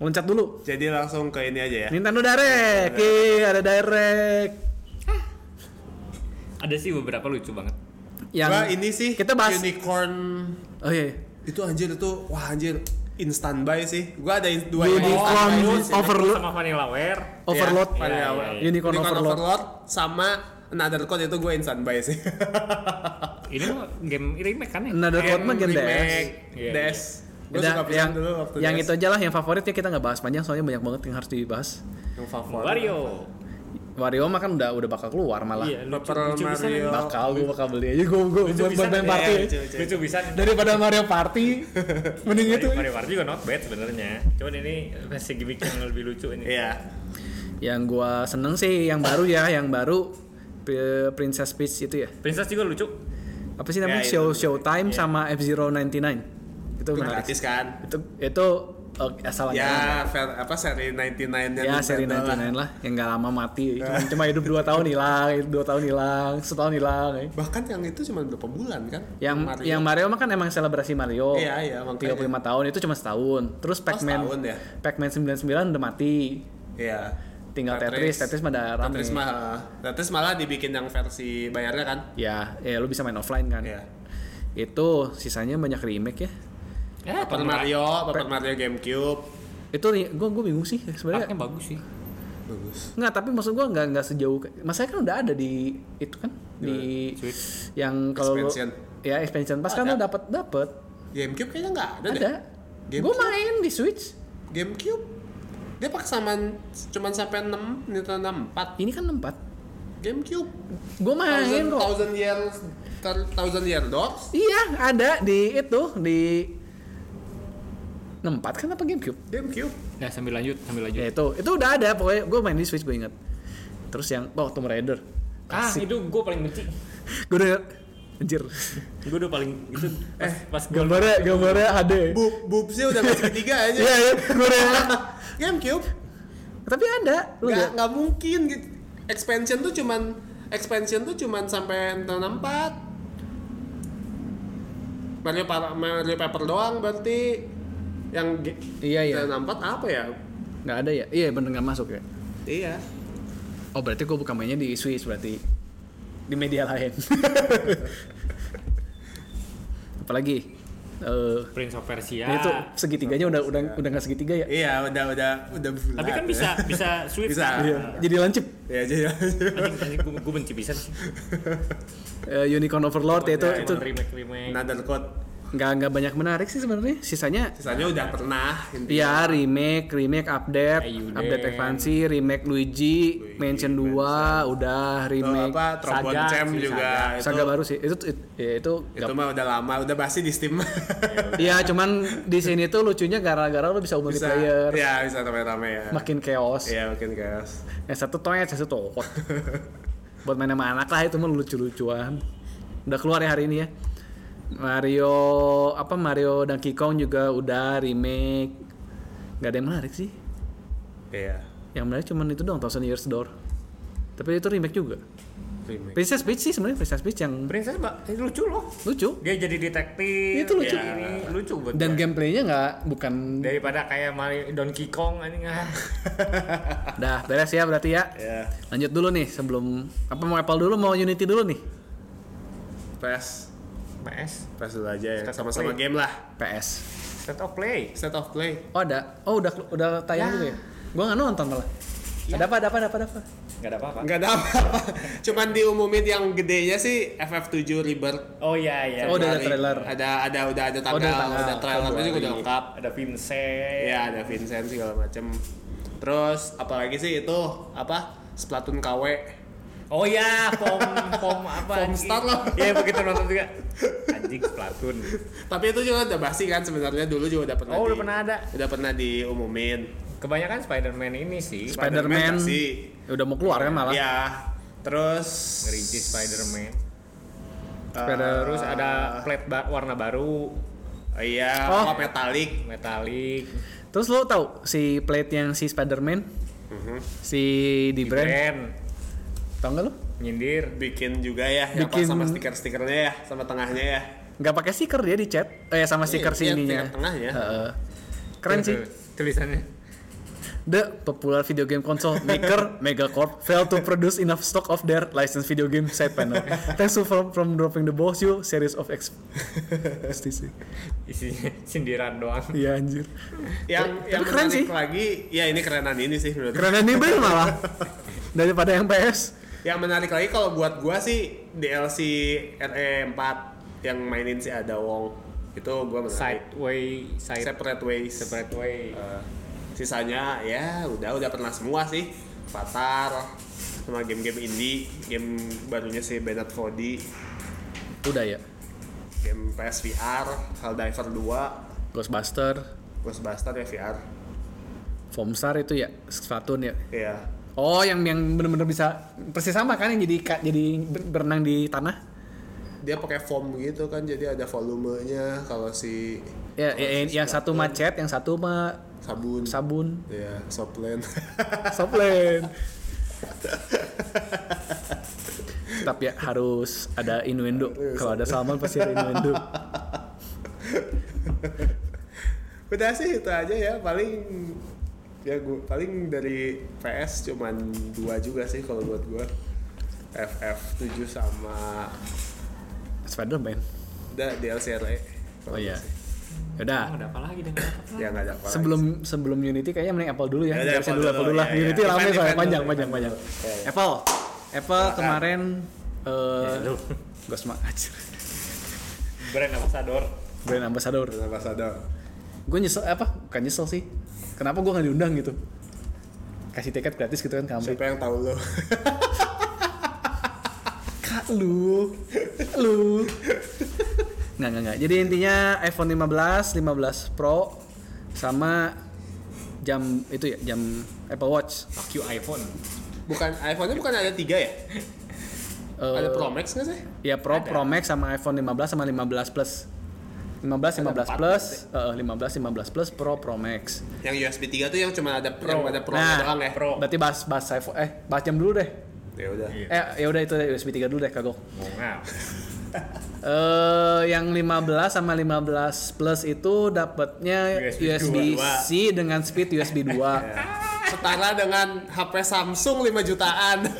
Speaker 1: loncat dulu
Speaker 2: jadi langsung ke ini aja ya
Speaker 1: Nintendo Direct
Speaker 2: iya,
Speaker 1: Yeay, ada Direct
Speaker 3: Ada sih beberapa lucu banget.
Speaker 1: yang
Speaker 2: Gua ini sih
Speaker 1: kita bahas
Speaker 2: unicorn
Speaker 1: oh iya, iya.
Speaker 2: itu anjir itu wah anjir instant buy sih gua ada in- dua
Speaker 1: Unicorn
Speaker 2: instant buy
Speaker 1: Overload
Speaker 2: sih.
Speaker 1: Overload
Speaker 3: Sama Vanillaware.
Speaker 1: Overload
Speaker 2: Iya,
Speaker 3: Iya,
Speaker 2: Overload.
Speaker 3: iya, iya.
Speaker 1: Unicorn Overload
Speaker 2: sama another code itu gua instant buy sih
Speaker 3: Ini mah game remake kan ya?
Speaker 1: Another Code mah game DS
Speaker 2: remake,
Speaker 3: Iya,
Speaker 2: DS Gua
Speaker 1: Udah,
Speaker 2: suka pisan
Speaker 1: yang,
Speaker 2: dulu waktu
Speaker 1: yang
Speaker 2: DS.
Speaker 1: itu aja lah yang favoritnya kita nggak bahas panjang soalnya banyak banget yang harus dibahas
Speaker 2: yang favorit
Speaker 3: Wario.
Speaker 1: Wario mah kan udah udah bakal keluar malah
Speaker 3: Iya, lucu,
Speaker 2: Paper
Speaker 3: lucu
Speaker 2: Mario.
Speaker 3: bisa nih.
Speaker 1: bakal gue bakal beli aja gue gue
Speaker 3: Lucu
Speaker 1: buat
Speaker 3: bisa
Speaker 1: buat main
Speaker 3: nih.
Speaker 1: party
Speaker 2: Iya, lucu.
Speaker 3: Lucu bisa. nih.
Speaker 1: daripada Mario Party mending itu
Speaker 3: Mario, Mario Party juga not bad sebenarnya. Cuman ini versi gimmick yang lebih lucu ini.
Speaker 2: iya
Speaker 1: yang gua seneng sih yang baru ya yang baru P- Princess Peach itu ya
Speaker 3: Princess juga lucu.
Speaker 1: apa sih namanya
Speaker 2: Ya, itu.
Speaker 1: show Showtime sama F 099 itu
Speaker 2: itu
Speaker 1: menarik
Speaker 2: gratis kan
Speaker 1: itu itu eh, asal aja
Speaker 2: ya fair- apa seri 99 -nya
Speaker 1: ya
Speaker 2: Nintendo
Speaker 1: seri
Speaker 2: lah.
Speaker 1: 99 lah yang nggak lama mati cuma, cuma hidup 2 tahun hilang 2 tahun hilang setahun hilang ya.
Speaker 2: bahkan yang itu cuma berapa bulan kan
Speaker 1: yang
Speaker 2: Mario.
Speaker 1: yang Mario mah kan emang selebrasi Mario.
Speaker 2: Iya, iya, makanya.
Speaker 1: 35 tahun itu cuma setahun. Terus Pac-Man
Speaker 2: setahun ya?
Speaker 1: Pac-Man 99 udah mati.
Speaker 2: iya
Speaker 1: Tinggal Tetris, Tetris, mah udah rame.
Speaker 2: Tetris mah Tetris malah dibikin yang versi bayarnya kan
Speaker 1: Ya, ya lu bisa main offline kan.
Speaker 2: Iya.
Speaker 1: Itu sisanya banyak remake ya.
Speaker 3: Ya,
Speaker 2: Paper Mario, Paper Mario GameCube.
Speaker 1: Itu ri- gua gua bingung sih sebenarnya.
Speaker 3: bagus sih.
Speaker 2: Bagus.
Speaker 1: Nggak, tapi maksud gua nggak nggak sejauh ke- masanya kan udah ada di itu kan di yang kalau lu-
Speaker 2: Expansion.
Speaker 1: ya expansion pas kan lu dapat dapat
Speaker 2: GameCube kayaknya nggak ada, deh.
Speaker 1: ada.
Speaker 2: Game
Speaker 1: Gua main di Switch.
Speaker 2: GameCube dia pakai saman cuman sampai 6 Nintendo 64.
Speaker 1: Ini kan 4.
Speaker 2: GameCube.
Speaker 1: Gua main
Speaker 2: Thousand,
Speaker 1: kok.
Speaker 2: thousand years Thou- thousand year dogs.
Speaker 1: Iya, ada di itu di 64 kan apa GameCube?
Speaker 2: GameCube.
Speaker 3: Ya sambil lanjut, sambil lanjut.
Speaker 1: Ya itu, itu udah ada pokoknya gue main di Switch gue inget. Terus yang oh Tomb Raider.
Speaker 3: Ah, itu gue paling benci.
Speaker 1: Gue udah anjir.
Speaker 3: Gue udah paling itu pas, pas gue
Speaker 1: Gambarnya gambarnya HD.
Speaker 2: Boob boobsnya udah masih ketiga aja.
Speaker 1: Iya, iya, gue udah.
Speaker 2: GameCube.
Speaker 1: Tapi ada, lu
Speaker 2: Nggak
Speaker 1: lihat.
Speaker 2: nggak mungkin gitu. Expansion tuh cuman expansion tuh cuman sampai Nintendo 64. Mario, Pa- Mario Paper doang berarti yang G-
Speaker 1: Iya, iya.
Speaker 2: 64 apa ya?
Speaker 1: Nggak ada ya? Iya bener nggak masuk ya?
Speaker 2: Iya.
Speaker 1: Oh berarti gue bukan mainnya di Swiss berarti di media lain. Apalagi eh
Speaker 3: Prince of Persia.
Speaker 1: nah itu segitiganya udah udah udah nggak segitiga ya?
Speaker 2: Iya, udah udah udah bulat
Speaker 3: Tapi kan
Speaker 2: ya.
Speaker 3: bisa bisa Swift.
Speaker 2: Bisa.
Speaker 3: kan?
Speaker 1: Iya, jadi lancip.
Speaker 2: Ya jadi.
Speaker 3: Anjing, anjing, gue benci bisa Iya, sih.
Speaker 1: Eh, Unicorn Overlord ya, itu
Speaker 2: Iya,
Speaker 1: itu
Speaker 3: remake remake.
Speaker 2: Another code.
Speaker 1: nggak nggak banyak menarik sih sebenarnya. Sisanya
Speaker 2: Sisanya udah pernah intinya.
Speaker 1: ya remake, remake update,
Speaker 3: Ayuden.
Speaker 1: update expansi, remake Luigi, Mansion 2, udah
Speaker 2: Atau
Speaker 1: remake
Speaker 2: apa Trombon
Speaker 3: Saga
Speaker 2: Champ
Speaker 3: sih,
Speaker 2: juga
Speaker 1: saga,
Speaker 2: itu.
Speaker 1: baru sih. Itu itu, ya, itu
Speaker 2: Itu mah udah lama, udah pasti di Steam.
Speaker 1: Iya, cuman di sini tuh lucunya gara-gara lo bisa
Speaker 2: bisa
Speaker 1: multiplayer,
Speaker 2: Ya, bisa rame-rame ya.
Speaker 1: makin chaos.
Speaker 2: Iya, mungkin guys.
Speaker 1: Yang Eh, satu toyet, yang satu tokot. Buat main sama anak lah itu mah lucu-lucuan. Udah keluar ya hari ini ya. Mario apa Mario Donkey Kong juga udah remake. Gak ada yang menarik sih.
Speaker 2: Iya.
Speaker 1: Yang menarik cuman itu dong Thousand Years Door. Tapi itu remake juga.
Speaker 2: Remake.
Speaker 1: Princess Peach sih sebenarnya Princess Peach yang
Speaker 3: Princess Mbak, eh, lucu loh.
Speaker 1: lucu
Speaker 3: Dia jadi detektif.
Speaker 1: Itu lucu.
Speaker 3: ya,
Speaker 2: Iya.
Speaker 3: ini lucu buat
Speaker 1: dan
Speaker 3: gue.
Speaker 1: gameplaynya nggak bukan
Speaker 3: daripada kayak Mario Donkey Kong anjing ah.
Speaker 1: dah beres ya berarti ya
Speaker 2: Iya.
Speaker 1: lanjut dulu nih sebelum apa mau Apple dulu mau Unity dulu nih
Speaker 2: PS.
Speaker 3: PS
Speaker 2: PS dulu aja ya.
Speaker 3: State of
Speaker 2: Sama-sama
Speaker 3: play.
Speaker 2: game lah.
Speaker 1: PS
Speaker 3: State of Play.
Speaker 2: Set of play.
Speaker 1: oh ada oh udah udah tayang
Speaker 3: Ya.
Speaker 1: juga ya gua nggak nonton malah ada apa ada apa ada apa ada apa
Speaker 3: Enggak ada apa-apa.
Speaker 2: Enggak ada apa-apa. Cuman diumumin yang gedenya sih FF7 Rebirth.
Speaker 3: Oh iya iya.
Speaker 1: Oh, udah ada
Speaker 2: Kemarin.
Speaker 1: trailer.
Speaker 2: Ada ada udah ada tanggal,
Speaker 1: Oh, udah
Speaker 2: udah,
Speaker 1: tanggal.
Speaker 2: trailernya juga udah lengkap.
Speaker 3: Ada Vincent.
Speaker 2: Ya ada Vincent segala macem. Terus apalagi sih itu apa? Splatoon KW.
Speaker 3: Oh iya, pom pom apa?
Speaker 2: Pom
Speaker 3: anjing?
Speaker 2: star loh.
Speaker 3: Iya begitu nonton juga. Anjing Splatoon.
Speaker 2: Tapi itu juga udah basi kan sebenarnya dulu juga udah pernah.
Speaker 3: Oh, udah
Speaker 2: di-
Speaker 3: pernah ada.
Speaker 2: Udah pernah diumumin.
Speaker 3: Kebanyakan Spider-Man ini sih.
Speaker 2: Sp-
Speaker 1: Spider-Man
Speaker 2: Spider-Man pasti.
Speaker 1: ya udah mau keluar kan malah
Speaker 2: Ya. Terus eh,
Speaker 3: Ngerigi Spider-Man.
Speaker 1: Spider-
Speaker 3: Terus ada plate ba- warna baru
Speaker 2: Oh iya,
Speaker 1: Oh.
Speaker 2: apa metalik.
Speaker 3: metalik
Speaker 1: terus lo tau si plate yang si Spiderman
Speaker 2: Mm-hmm.
Speaker 1: si di
Speaker 3: di
Speaker 1: brand
Speaker 3: brand
Speaker 1: tau nggak lo
Speaker 3: nyindir
Speaker 2: Bikin juga ya, ya,
Speaker 1: Bikin-
Speaker 2: apa sama stiker-stikernya ya, sama tengahnya ya.
Speaker 1: nggak pakai stiker dia di chat eh sama stiker
Speaker 2: Iya,
Speaker 1: si
Speaker 2: iya,
Speaker 1: ininya
Speaker 2: stiker Iya, tengahnya.
Speaker 1: Heeh. keren sih
Speaker 3: tulisannya
Speaker 1: The popular video game console maker Megacorp failed to produce enough stock of their licensed video game side panel. Thanks to from, from dropping the balls you series of X. Pasti sih.
Speaker 3: isinya sindiran doang
Speaker 1: Iya anjir.
Speaker 2: Yang
Speaker 1: Tapi
Speaker 2: yang
Speaker 1: keren
Speaker 2: menarik
Speaker 1: sih.
Speaker 2: lagi, ya ini kerenan ini sih menurut
Speaker 1: Karena ini bener malah daripada yang PS.
Speaker 2: Yang menarik lagi kalau buat gua sih DLC RE4 E yang mainin si Ada Wong itu gua menarik.
Speaker 3: sideway side
Speaker 2: Separate ways.
Speaker 3: separate way
Speaker 2: Eh, sisanya ya udah udah pernah semua sih. Patar sama game-game indie, game barunya si Bennett Foddy,
Speaker 1: Udah ya.
Speaker 2: game PSVR, Helldiver 2,
Speaker 1: Ghostbuster,
Speaker 2: Ghostbuster ya VR.
Speaker 1: Foamstar itu ya, Splatoon ya.
Speaker 2: Iya.
Speaker 1: Oh, yang yang bener-bener bisa persis sama kan yang jadi ka- jadi ber- berenang di tanah.
Speaker 2: Dia pakai foam gitu kan jadi ada volumenya kalau si
Speaker 1: Ya, ya- yang satu macet, yang satu mah
Speaker 2: sabun.
Speaker 1: sabun,
Speaker 2: ya, soplen.
Speaker 1: Soplen. Tetap ya harus ada innuendo. Kalau ada Salman pasti ada innuendo.
Speaker 2: Udah sih itu aja ya paling ya gua paling dari PS cuman dua juga sih kalau buat gua FF 7 sama
Speaker 1: Spiderman.
Speaker 2: udah DLC RE.
Speaker 1: Oh iya.
Speaker 3: Oh,
Speaker 1: Yaudah.
Speaker 3: ada apa lagi dengan apa
Speaker 2: Ya nggak ada apa.
Speaker 1: Sebelum sebelum Unity kayaknya mending Apple dulu ya.
Speaker 2: Yaudah,
Speaker 1: Biarkan
Speaker 2: Apple
Speaker 1: dulu
Speaker 2: dulu,
Speaker 1: Apple dulu lah.
Speaker 2: ya, ya.
Speaker 1: Unity rame
Speaker 2: Event,
Speaker 1: soalnya
Speaker 2: event
Speaker 1: panjang
Speaker 2: dulu,
Speaker 1: panjang
Speaker 2: event
Speaker 1: panjang.
Speaker 2: Ya, ya.
Speaker 1: Apple. Apple
Speaker 2: Silakan. Iya,
Speaker 1: kemarin eh
Speaker 3: lu.
Speaker 1: Ghostma anjir.
Speaker 3: brand ambassador
Speaker 1: Brand ambassador.
Speaker 2: lagi. Apa sadar?
Speaker 1: Gue nyesel eh, apa? Bukan nyesel sih. Kenapa gue nggak diundang gitu? Kasih tiket gratis gitu kan ke Amrik.
Speaker 2: Siapa yang tahu lo?
Speaker 1: Kak lu, lu. Nggak, nggak, nggak. Jadi intinya iPhone 15, 15 Pro sama jam itu ya, jam Apple Watch.
Speaker 3: fuck you iPhone
Speaker 2: Bukan iPhone-nya bukan ada tiga ya?
Speaker 1: Eh,
Speaker 2: ada Pro Max nggak sih?
Speaker 1: Ya Pro,
Speaker 3: Ada.
Speaker 1: Pro Max sama iPhone 15 sama 15 Plus. 15, 15
Speaker 2: empat
Speaker 1: Plus, eh, 15, 15 Plus, Pro, Pro Max.
Speaker 2: Yang USB 3 tuh yang cuma ada Pro,
Speaker 3: Pro.
Speaker 2: ada Pro
Speaker 1: Nah,
Speaker 2: doang ya.
Speaker 3: Pro.
Speaker 1: Berarti bahas bahas iPhone eh bahas jam dulu deh.
Speaker 2: Ya udah.
Speaker 3: Iya.
Speaker 1: Eh ya udah itu deh, USB 3 dulu deh kagok.
Speaker 3: mau ngap
Speaker 1: Eh yang 15 sama 15 plus itu dapatnya
Speaker 3: USB
Speaker 1: USB-C dengan speed USB 2.
Speaker 3: Iya.
Speaker 2: Setara dengan HP Samsung 5 jutaan.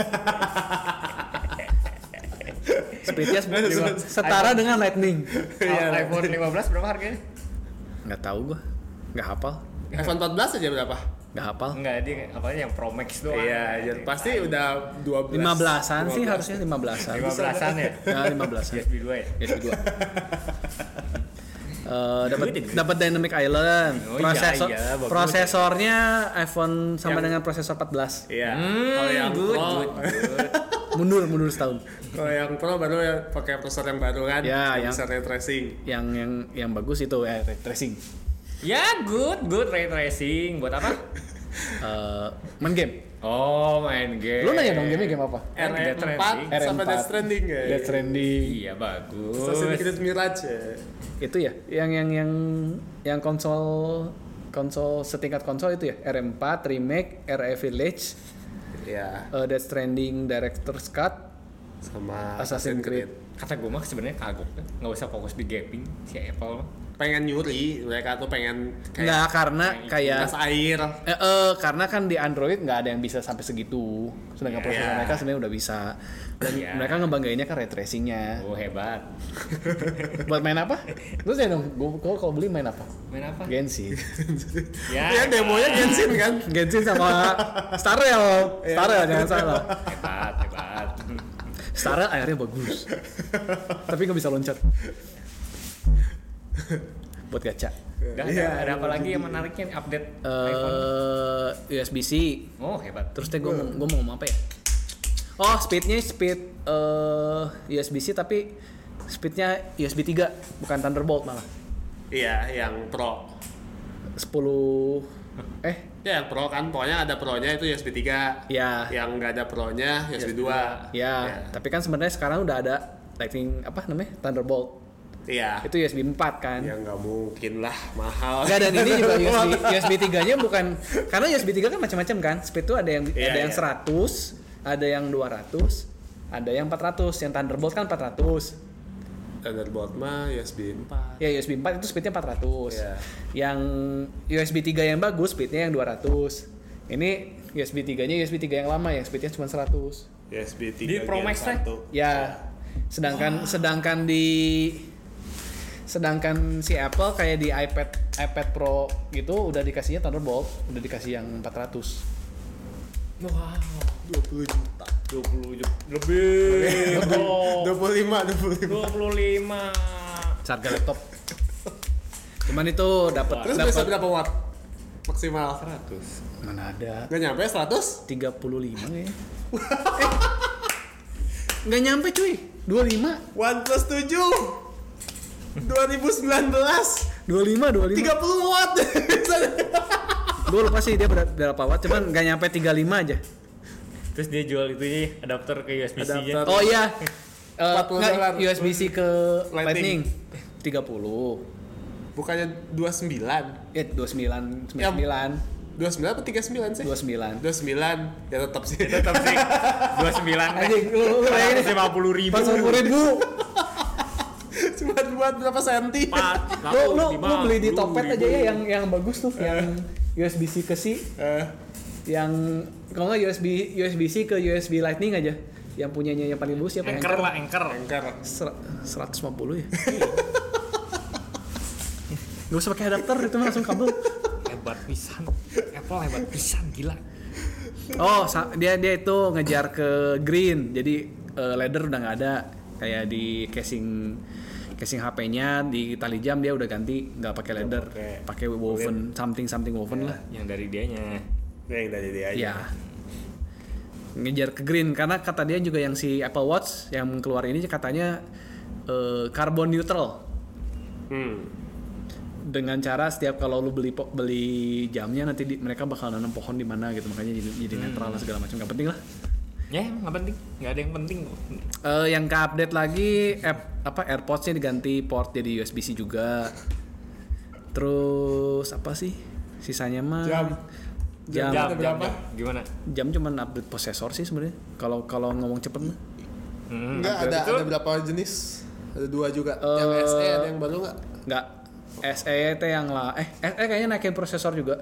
Speaker 1: Speednya speed 2. setara dengan Lightning.
Speaker 2: Iya.
Speaker 3: iPhone 15 berapa harganya?
Speaker 1: Nggak tahu gua. Nggak hafal.
Speaker 2: iPhone 14 aja berapa?
Speaker 1: Nggak hafal.
Speaker 3: Enggak, dia apanya yang Pro Max doang.
Speaker 2: Iya, jadi pasti udah 12.
Speaker 1: 15-an sih
Speaker 2: 12.
Speaker 1: harusnya 15-an.
Speaker 3: 15-an ya.
Speaker 1: Nah, 15-an.
Speaker 3: USB 2 ya.
Speaker 1: USB 2. Eh dapat dapat Dynamic Island.
Speaker 3: Oh, iya,
Speaker 1: Prosesor
Speaker 3: iya, bagus.
Speaker 1: prosesornya iPhone sama dengan prosesor 14.
Speaker 2: Iya.
Speaker 3: Hmm,
Speaker 2: kalau yang
Speaker 3: good,
Speaker 2: Pro,
Speaker 3: good, good.
Speaker 1: Mundur mundur setahun.
Speaker 2: kalau yang Pro baru ya pakai processor yang baru kan.
Speaker 1: Ya,
Speaker 2: yang
Speaker 1: yang-
Speaker 2: bisa ray tracing.
Speaker 1: Yang yang yang bagus itu eh, ray tracing.
Speaker 3: ya, good, good ray tracing buat apa?
Speaker 1: Eh main game.
Speaker 3: Oh, main game.
Speaker 1: Lu nanya dong gamenya game apa?
Speaker 3: Kan Death Stranding.
Speaker 2: R4 sama
Speaker 1: R4.
Speaker 2: Death Stranding ya.
Speaker 1: Death Stranding.
Speaker 3: Iya, bagus.
Speaker 2: Assassin's Creed Mirage ya.
Speaker 1: Itu ya, yang yang yang yang konsol konsol setingkat konsol itu ya RM4 remake RE Village
Speaker 2: Iya.
Speaker 1: eh, Death Stranding Director's Cut
Speaker 2: Sama
Speaker 1: Assassin's Creed
Speaker 3: Kata gue mah sebenarnya kagok, nggak usah fokus di gaming si Apple mah.
Speaker 2: Pengen nyuri, mereka tuh pengen kayak
Speaker 1: nggak karena kayak
Speaker 2: gas air.
Speaker 1: Eh, eh, karena kan di Android nggak ada yang bisa sampai segitu, sedangkan
Speaker 3: Iya.
Speaker 1: prosesor mereka sebenarnya udah bisa. Dan
Speaker 3: Iya.
Speaker 1: mereka ngebanggainnya kan ray tracingnya.
Speaker 3: Oh hebat.
Speaker 1: Buat main apa? Terus ya dong, gua gua kalau beli main apa?
Speaker 3: Main apa?
Speaker 1: Genshin.
Speaker 3: Ya,
Speaker 2: Ya, demonya Genshin kan.
Speaker 1: Genshin sama Star Rail.
Speaker 3: Iya.
Speaker 1: Star Rail jangan salah.
Speaker 3: hebat, hebat.
Speaker 1: Star Rail airnya bagus. Tapi nggak bisa loncat. Buat gacha.
Speaker 3: Udah,
Speaker 2: Iya,
Speaker 3: ada, ada apa lagi yang menariknya update iPhone?
Speaker 1: eh USB-C
Speaker 3: Oh hebat.
Speaker 1: Terus deh gue mau, gua mau ngomong apa ya? Oh speednya speed eh USB-C tapi speednya USB 3 bukan Thunderbolt malah
Speaker 2: Iya, yang Pro.
Speaker 1: 10 eh
Speaker 2: Ya, yang Pro kan pokoknya ada Pro-nya itu USB 3.
Speaker 1: ya ya,
Speaker 2: Yang nggak ada Pro-nya USB 2.
Speaker 1: tapi kan sebenarnya sekarang udah ada Lightning apa namanya Thunderbolt
Speaker 2: Iya.
Speaker 1: itu USB 4 kan
Speaker 2: Ya nggak mungkin lah mahal.
Speaker 1: Enggak dan ini juga USB USB 3-nya bukan karena USB 3 kan macam-macam kan. Speed tuh ada yang
Speaker 2: Iya,
Speaker 1: ada yang
Speaker 2: iya.
Speaker 1: 100, ada yang 200, ada yang 400. Yang Thunderbolt kan 400.
Speaker 2: Thunderbolt mah USB 4.
Speaker 1: Ya USB 4 itu speednya 400.
Speaker 2: Iya.
Speaker 1: Yang USB 3 yang bagus speednya yang 200. Ini USB 3-nya USB 3 yang lama yang speednya cuma 100.
Speaker 2: USB 3
Speaker 3: Di Pro Max teh?
Speaker 1: Ya, sedangkan sedangkan di sedangkan si Apple kayak di iPad iPad Pro gitu udah dikasihnya Thunderbolt, udah dikasih yang 400.
Speaker 3: Wow,
Speaker 2: 20 juta.
Speaker 3: 20 juta lebih. Oh,
Speaker 2: 25, 25.
Speaker 3: 25.
Speaker 1: Harga laptop. Cuman itu dapat
Speaker 2: Terus bisa berapa watt maksimal?
Speaker 3: 100.
Speaker 1: mana ada
Speaker 2: Nggak nyampe 100?
Speaker 1: 35 kayaknya. eh, nggak nyampe cuy. 25,
Speaker 2: 1 plus 7 2019
Speaker 1: 25, 25.
Speaker 2: 30 watt
Speaker 1: Gue lupa sih dia ber- berapa watt, cuman nggak nyampe 35 aja.
Speaker 3: Terus dia jual itu ya adapter ke USB-C-nya.
Speaker 2: Adapter.
Speaker 1: Oh iya. Eh,
Speaker 2: 40
Speaker 1: nggak,
Speaker 2: dolar.
Speaker 1: USB-C ke
Speaker 2: Lightning.
Speaker 1: Lightning. 30.
Speaker 2: Bukannya 29
Speaker 1: Ya 29
Speaker 2: Ya.
Speaker 1: 99.
Speaker 2: 29 atau 39 sih?
Speaker 1: 29.
Speaker 2: 29 ya tetap sih
Speaker 3: Tetap sih 29
Speaker 1: Anjing lu lu bayangin deh.
Speaker 3: 150 ribu.
Speaker 1: Pas 10.000.
Speaker 2: cuma buat berapa senti
Speaker 1: Lu lu lu beli di Topet aja ya yang yang bagus tuh yang USB-C ke C
Speaker 2: Eh,
Speaker 1: yang kalau nggak USB USB-C ke USB Lightning aja yang punyanya yang paling bagus siapa
Speaker 3: Anchor lah, anchor.
Speaker 2: angker
Speaker 1: Ser- 150 ya. Gak usah pakai adapter itu mah langsung kabel.
Speaker 3: Hebat pisan. Apple hebat pisan gila.
Speaker 1: Oh, sa- dia dia itu ngejar ke green. Jadi eh, ladder udah nggak ada kayak di casing casing HP-nya di tali jam dia udah ganti nggak pakai ladder,
Speaker 3: pakai.
Speaker 1: pakai woven something something woven lah.
Speaker 3: Yang dari dianya.
Speaker 2: yang dari dia aja
Speaker 1: Iya. Ngejar ke green karena kata dia juga yang si Apple Watch yang keluar ini katanya eh, carbon neutral
Speaker 2: hmm.
Speaker 1: dengan cara setiap kalau lu beli po- beli jamnya nanti di- mereka bakal nanam pohon di mana gitu makanya jadi, jadi netral lah segala macam nggak penting lah
Speaker 3: Ya, nggak penting. Nggak ada yang penting. kok.
Speaker 1: Eh, yang ke-update lagi app, apa AirPods-nya diganti port jadi USB-C juga. Terus apa sih? Sisanya mah
Speaker 2: Jam.
Speaker 1: Jam.
Speaker 2: Jam. berapa?
Speaker 3: Gimana?
Speaker 1: Jam cuman update prosesor sih sebenarnya. Kalau kalau ngomong cepet mah.
Speaker 3: Hmm,
Speaker 2: enggak
Speaker 3: upgrade
Speaker 2: ada
Speaker 3: itu
Speaker 2: ada berapa jenis Ada dua juga.
Speaker 1: Eh,
Speaker 2: yang SE ada yang baru nggak?
Speaker 1: Nggak. SET yang lah. Eh, SE kayaknya naikin prosesor juga.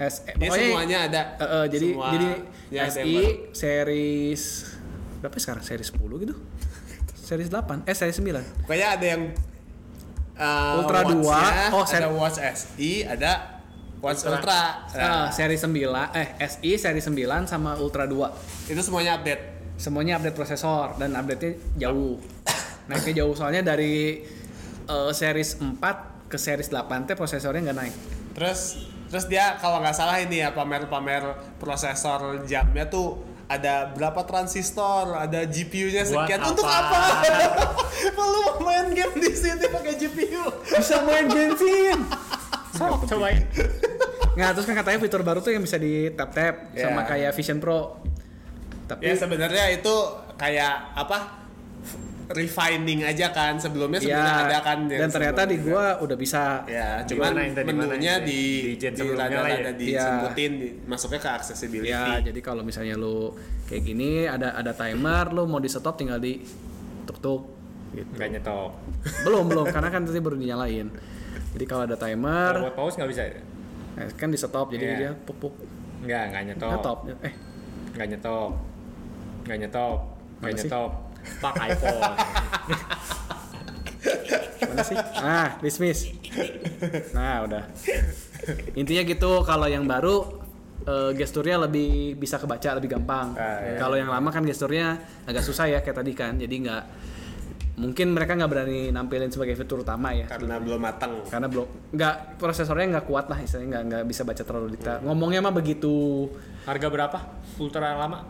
Speaker 1: E SE.
Speaker 2: Dia semuanya ada.
Speaker 1: Eh, eh, jadi
Speaker 2: Semua
Speaker 1: jadi
Speaker 2: ya ada yang
Speaker 1: SI
Speaker 2: baru.
Speaker 1: series berapa sekarang? Series 10 gitu. Series 8, eh series 9.
Speaker 2: Pokoknya ada yang eh,
Speaker 1: Ultra
Speaker 2: watch-nya,
Speaker 1: 2. Oh,
Speaker 2: ada
Speaker 1: sen-
Speaker 2: Watch SE, ada Watch Ultra.
Speaker 1: Ah,
Speaker 2: Nah,
Speaker 1: seri 9 eh SI seri 9 sama Ultra 2.
Speaker 2: itu semuanya update.
Speaker 1: Semuanya update prosesor dan update-nya jauh. Naiknya jauh soalnya dari eh, series 4 ke series 8 teh prosesornya nggak naik.
Speaker 2: Terus terus dia kalau nggak salah ini ya pamer-pamer prosesor jamnya tuh ada berapa transistor, ada GPU-nya
Speaker 3: Buat
Speaker 2: sekian.
Speaker 3: apa?
Speaker 2: Untuk apa? Apa lu mau main game di sini pakai GPU?
Speaker 1: Bisa main bensin.
Speaker 3: Sok cobain.
Speaker 1: Nah terus kan katanya fitur baru tuh yang bisa di tap tap
Speaker 2: Ya.
Speaker 1: sama kayak Vision Pro. Tapi
Speaker 2: Ya sebenarnya itu kayak apa? refining aja kan sebelumnya
Speaker 1: ya,
Speaker 3: Iya,
Speaker 2: sebelumnya ada kan yang
Speaker 1: dan ternyata di
Speaker 2: sebelum-
Speaker 1: gua udah bisa.
Speaker 2: ya
Speaker 3: Di
Speaker 2: cuman
Speaker 3: mana yang tadi,
Speaker 2: menunya
Speaker 3: mana yang
Speaker 2: di
Speaker 3: tadi? Di
Speaker 2: di,
Speaker 3: gen sebelumnya lah
Speaker 2: rada-rada
Speaker 3: ya? Iya,
Speaker 2: disebutin di- masuknya ke accessibility
Speaker 1: Ya, jadi kalau misalnya lu kayak gini ada ada timer, lu mau di stop tinggal di tuk tuk. Gitu.
Speaker 3: Nggak nyetok.
Speaker 1: belum belum karena kan tadi baru dinyalain. Jadi kalau ada
Speaker 3: Kalau
Speaker 1: timer
Speaker 3: buat pause nggak bisa. ya?
Speaker 1: nah, kan di stop jadi
Speaker 3: Iya.
Speaker 1: dia puk puk Eh,
Speaker 3: Nggak, nggak nyetok.
Speaker 1: stop. Eh
Speaker 3: Nggak nyetok. Nggak nyetok. Nggak
Speaker 1: Apa sih?
Speaker 3: nyetok. Pak iPhone.
Speaker 1: mana sih? Nah, dismiss. Nah, udah. Intinya gitu kalau yang baru eh, gesturnya lebih bisa kebaca lebih gampang.
Speaker 3: Ah, iya.
Speaker 1: Kalau yang lama kan gesturnya agak susah ya kayak tadi kan. Jadi nggak mungkin mereka nggak berani nampilin sebagai fitur utama ya.
Speaker 2: karena belum matang
Speaker 3: Iya.
Speaker 1: Karena belum nggak prosesornya nggak kuat lah istilahnya nggak nggak bisa baca terlalu detail. Ngomongnya mah begitu
Speaker 3: Harga berapa? Ultra lama?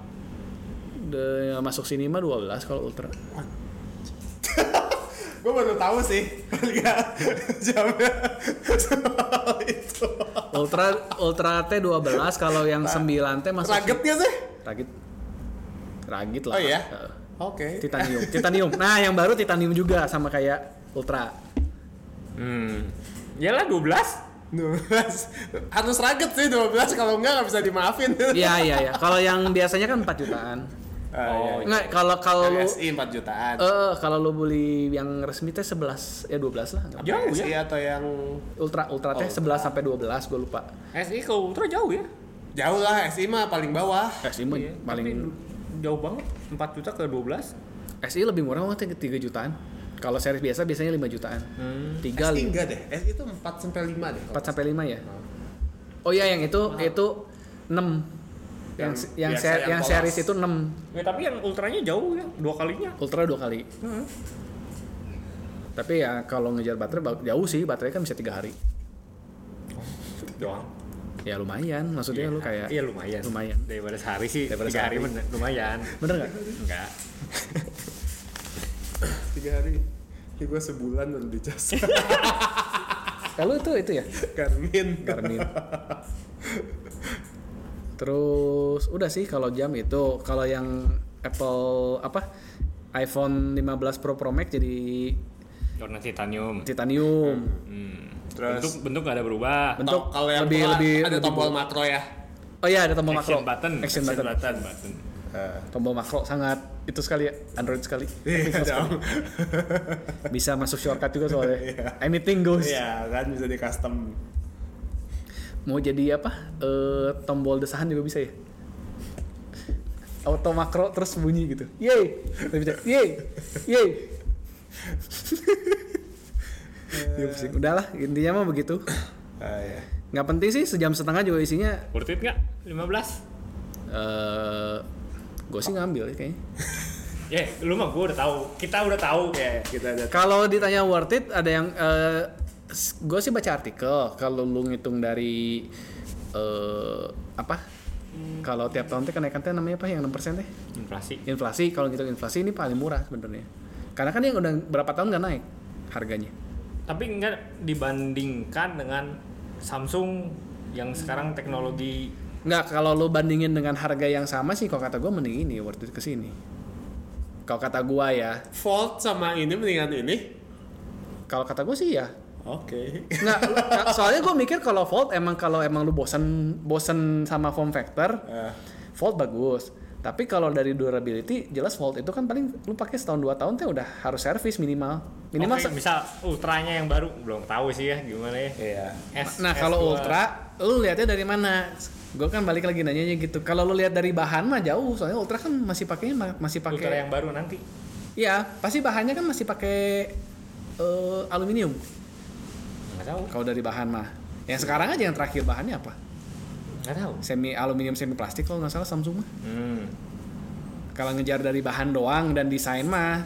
Speaker 1: de, masuk sini mah 12 kalau ultra.
Speaker 2: gue baru tahu sih harga jamnya soal itu
Speaker 1: Ultra ultra T 12 kalau yang 9 T masuk
Speaker 2: raget nggak sih
Speaker 1: Ragit. Ragit lah.
Speaker 2: oh ya
Speaker 1: Heeh.
Speaker 2: oke
Speaker 1: Titanium. Titanium. Nah, yang baru titanium juga sama kayak Ultra.
Speaker 3: Hmm. Yalah 12.
Speaker 2: 12 harus raget sih 12 kalau enggak nggak bisa dimaafin
Speaker 1: Iya, iya, iya. Kalau yang biasanya kan 4 jutaan.
Speaker 2: oh,
Speaker 3: Oh,
Speaker 1: Enggak, kalau kalau lu
Speaker 2: Dari SI 4 jutaan
Speaker 1: eh kalau lu beli yang resmi teh 11 ya 12 lah. nggak apa-apa.
Speaker 3: jauh
Speaker 2: SI
Speaker 3: ya.
Speaker 2: atau yang
Speaker 1: Ultra Ultra teh 11 sampai 12 gue lupa.
Speaker 3: SI ke Ultra jauh ya.
Speaker 2: jauh lah SI mah paling bawah
Speaker 1: SI mah
Speaker 3: Iya,
Speaker 1: paling
Speaker 3: tapi jauh banget 4 juta ke 12
Speaker 1: SI lebih murah banget yang ke 3 jutaan. Kalau seri biasa biasanya 5 jutaan. 3
Speaker 2: SI enggak deh SI itu 4 sampai 5 deh kalau
Speaker 1: 4 sampai 5 ya? Oh iya yang itu itu 6. Yang
Speaker 2: Yang
Speaker 1: yang
Speaker 2: biasa,
Speaker 1: ser-
Speaker 2: yang
Speaker 1: yang
Speaker 2: polos.
Speaker 1: series itu 6.
Speaker 3: ya, tapi yang ultranya jauh ya dua kalinya
Speaker 1: Ultra dua kali. Tapi ya kalau ngejar baterai ba- jauh sih, baterai kan bisa tiga hari.
Speaker 3: doang
Speaker 1: Ya lumayan, maksudnya lu kayak
Speaker 3: iya lumayan
Speaker 1: lumayan.
Speaker 3: daripada sehari sih
Speaker 1: Daripada
Speaker 3: tiga hari
Speaker 1: sehari.
Speaker 3: men- lumayan
Speaker 1: Bener nggak?
Speaker 3: enggak
Speaker 2: tiga hari ya gue sebulan baru dicas
Speaker 1: Kalau itu itu ya
Speaker 2: Garmin
Speaker 1: Garmin. Terus udah sih kalau jam itu, kalau yang Apple apa iPhone 15 Pro Pro Max jadi
Speaker 3: warna titanium
Speaker 1: titanium.
Speaker 3: hmm.
Speaker 2: Terus-
Speaker 3: bentuk bentuk nggak ada berubah
Speaker 1: Ben-
Speaker 2: Bentuk
Speaker 1: Bentuk
Speaker 2: kalau yang
Speaker 1: lebih-
Speaker 2: tua
Speaker 1: lebih-
Speaker 2: ada
Speaker 1: lebih
Speaker 2: tombol
Speaker 1: gua-
Speaker 2: makro ya.
Speaker 1: Oh iya ada tombol makro.
Speaker 3: action button
Speaker 1: Action button.
Speaker 3: button, button.
Speaker 1: Tombol makro sangat itu sekali ya, Android sekali.
Speaker 2: Eh. Iya dong.
Speaker 1: Bisa masuk shortcut juga soalnya. Anything goes.
Speaker 2: Iya kan bisa di custom.
Speaker 1: mau jadi apa eh, tombol desahan juga bisa ya auto makro terus bunyi gitu yeay Tapi bisa, yeay yeay Ya, pusing. udahlah intinya mah begitu
Speaker 2: Ah, iya.
Speaker 1: nggak penting sih sejam setengah juga isinya
Speaker 3: worth it nggak 15
Speaker 1: eh gue sih ngambil ya kayaknya
Speaker 3: ya lu mah gua udah tahu kita udah tahu ya
Speaker 2: Kita ada
Speaker 1: kalau ditanya worth it ada yang gue sih baca artikel kalau lu ngitung dari eh apa kalau tiap tahun teh kenaikan teh namanya apa yang 6% teh
Speaker 3: inflasi
Speaker 1: inflasi kalau ngitung inflasi ini paling murah sebenarnya karena kan yang udah berapa tahun nggak naik harganya
Speaker 3: tapi nggak dibandingkan dengan Samsung yang sekarang teknologi
Speaker 1: nggak kalau lo bandingin dengan harga yang sama sih kalau kata gue mending ini worth it kesini kalau kata gue ya
Speaker 2: Fold sama ini mendingan ini.
Speaker 1: kalau kata gue sih ya
Speaker 2: Oke.
Speaker 1: nggak nggak, soalnya gue mikir kalau Fold emang kalau emang lu bosen bosen sama form factor
Speaker 2: Eh,
Speaker 1: Fold bagus Tapi kalau dari durability jelas Volt itu kan paling lu pakai setahun dua tahun teh udah harus servis minimal. Minimal
Speaker 3: Oke,
Speaker 1: se-
Speaker 3: misal ultranya yang baru belum tahu sih ya gimana ya.
Speaker 1: Iya.
Speaker 3: S-
Speaker 1: nah,
Speaker 3: S2.
Speaker 1: kalau ultra lu lihatnya dari mana? Gue kan balik lagi nanyanya gitu. Kalau lu lihat dari bahan mah jauh, soalnya ultra kan masih pakainya ma- masih
Speaker 3: Ultra
Speaker 1: pakai
Speaker 3: yang baru nanti.
Speaker 1: Iya, pasti bahannya kan masih pakai eh, aluminium
Speaker 3: Nggak tahu.
Speaker 1: kalau dari bahan mah. Yang sekarang aja yang terakhir bahannya apa?
Speaker 3: Nggak tahu.
Speaker 1: Semi aluminium semi plastik kalau nggak salah Samsung mah.
Speaker 3: Hmm.
Speaker 1: Kalau ngejar dari bahan doang dan desain mah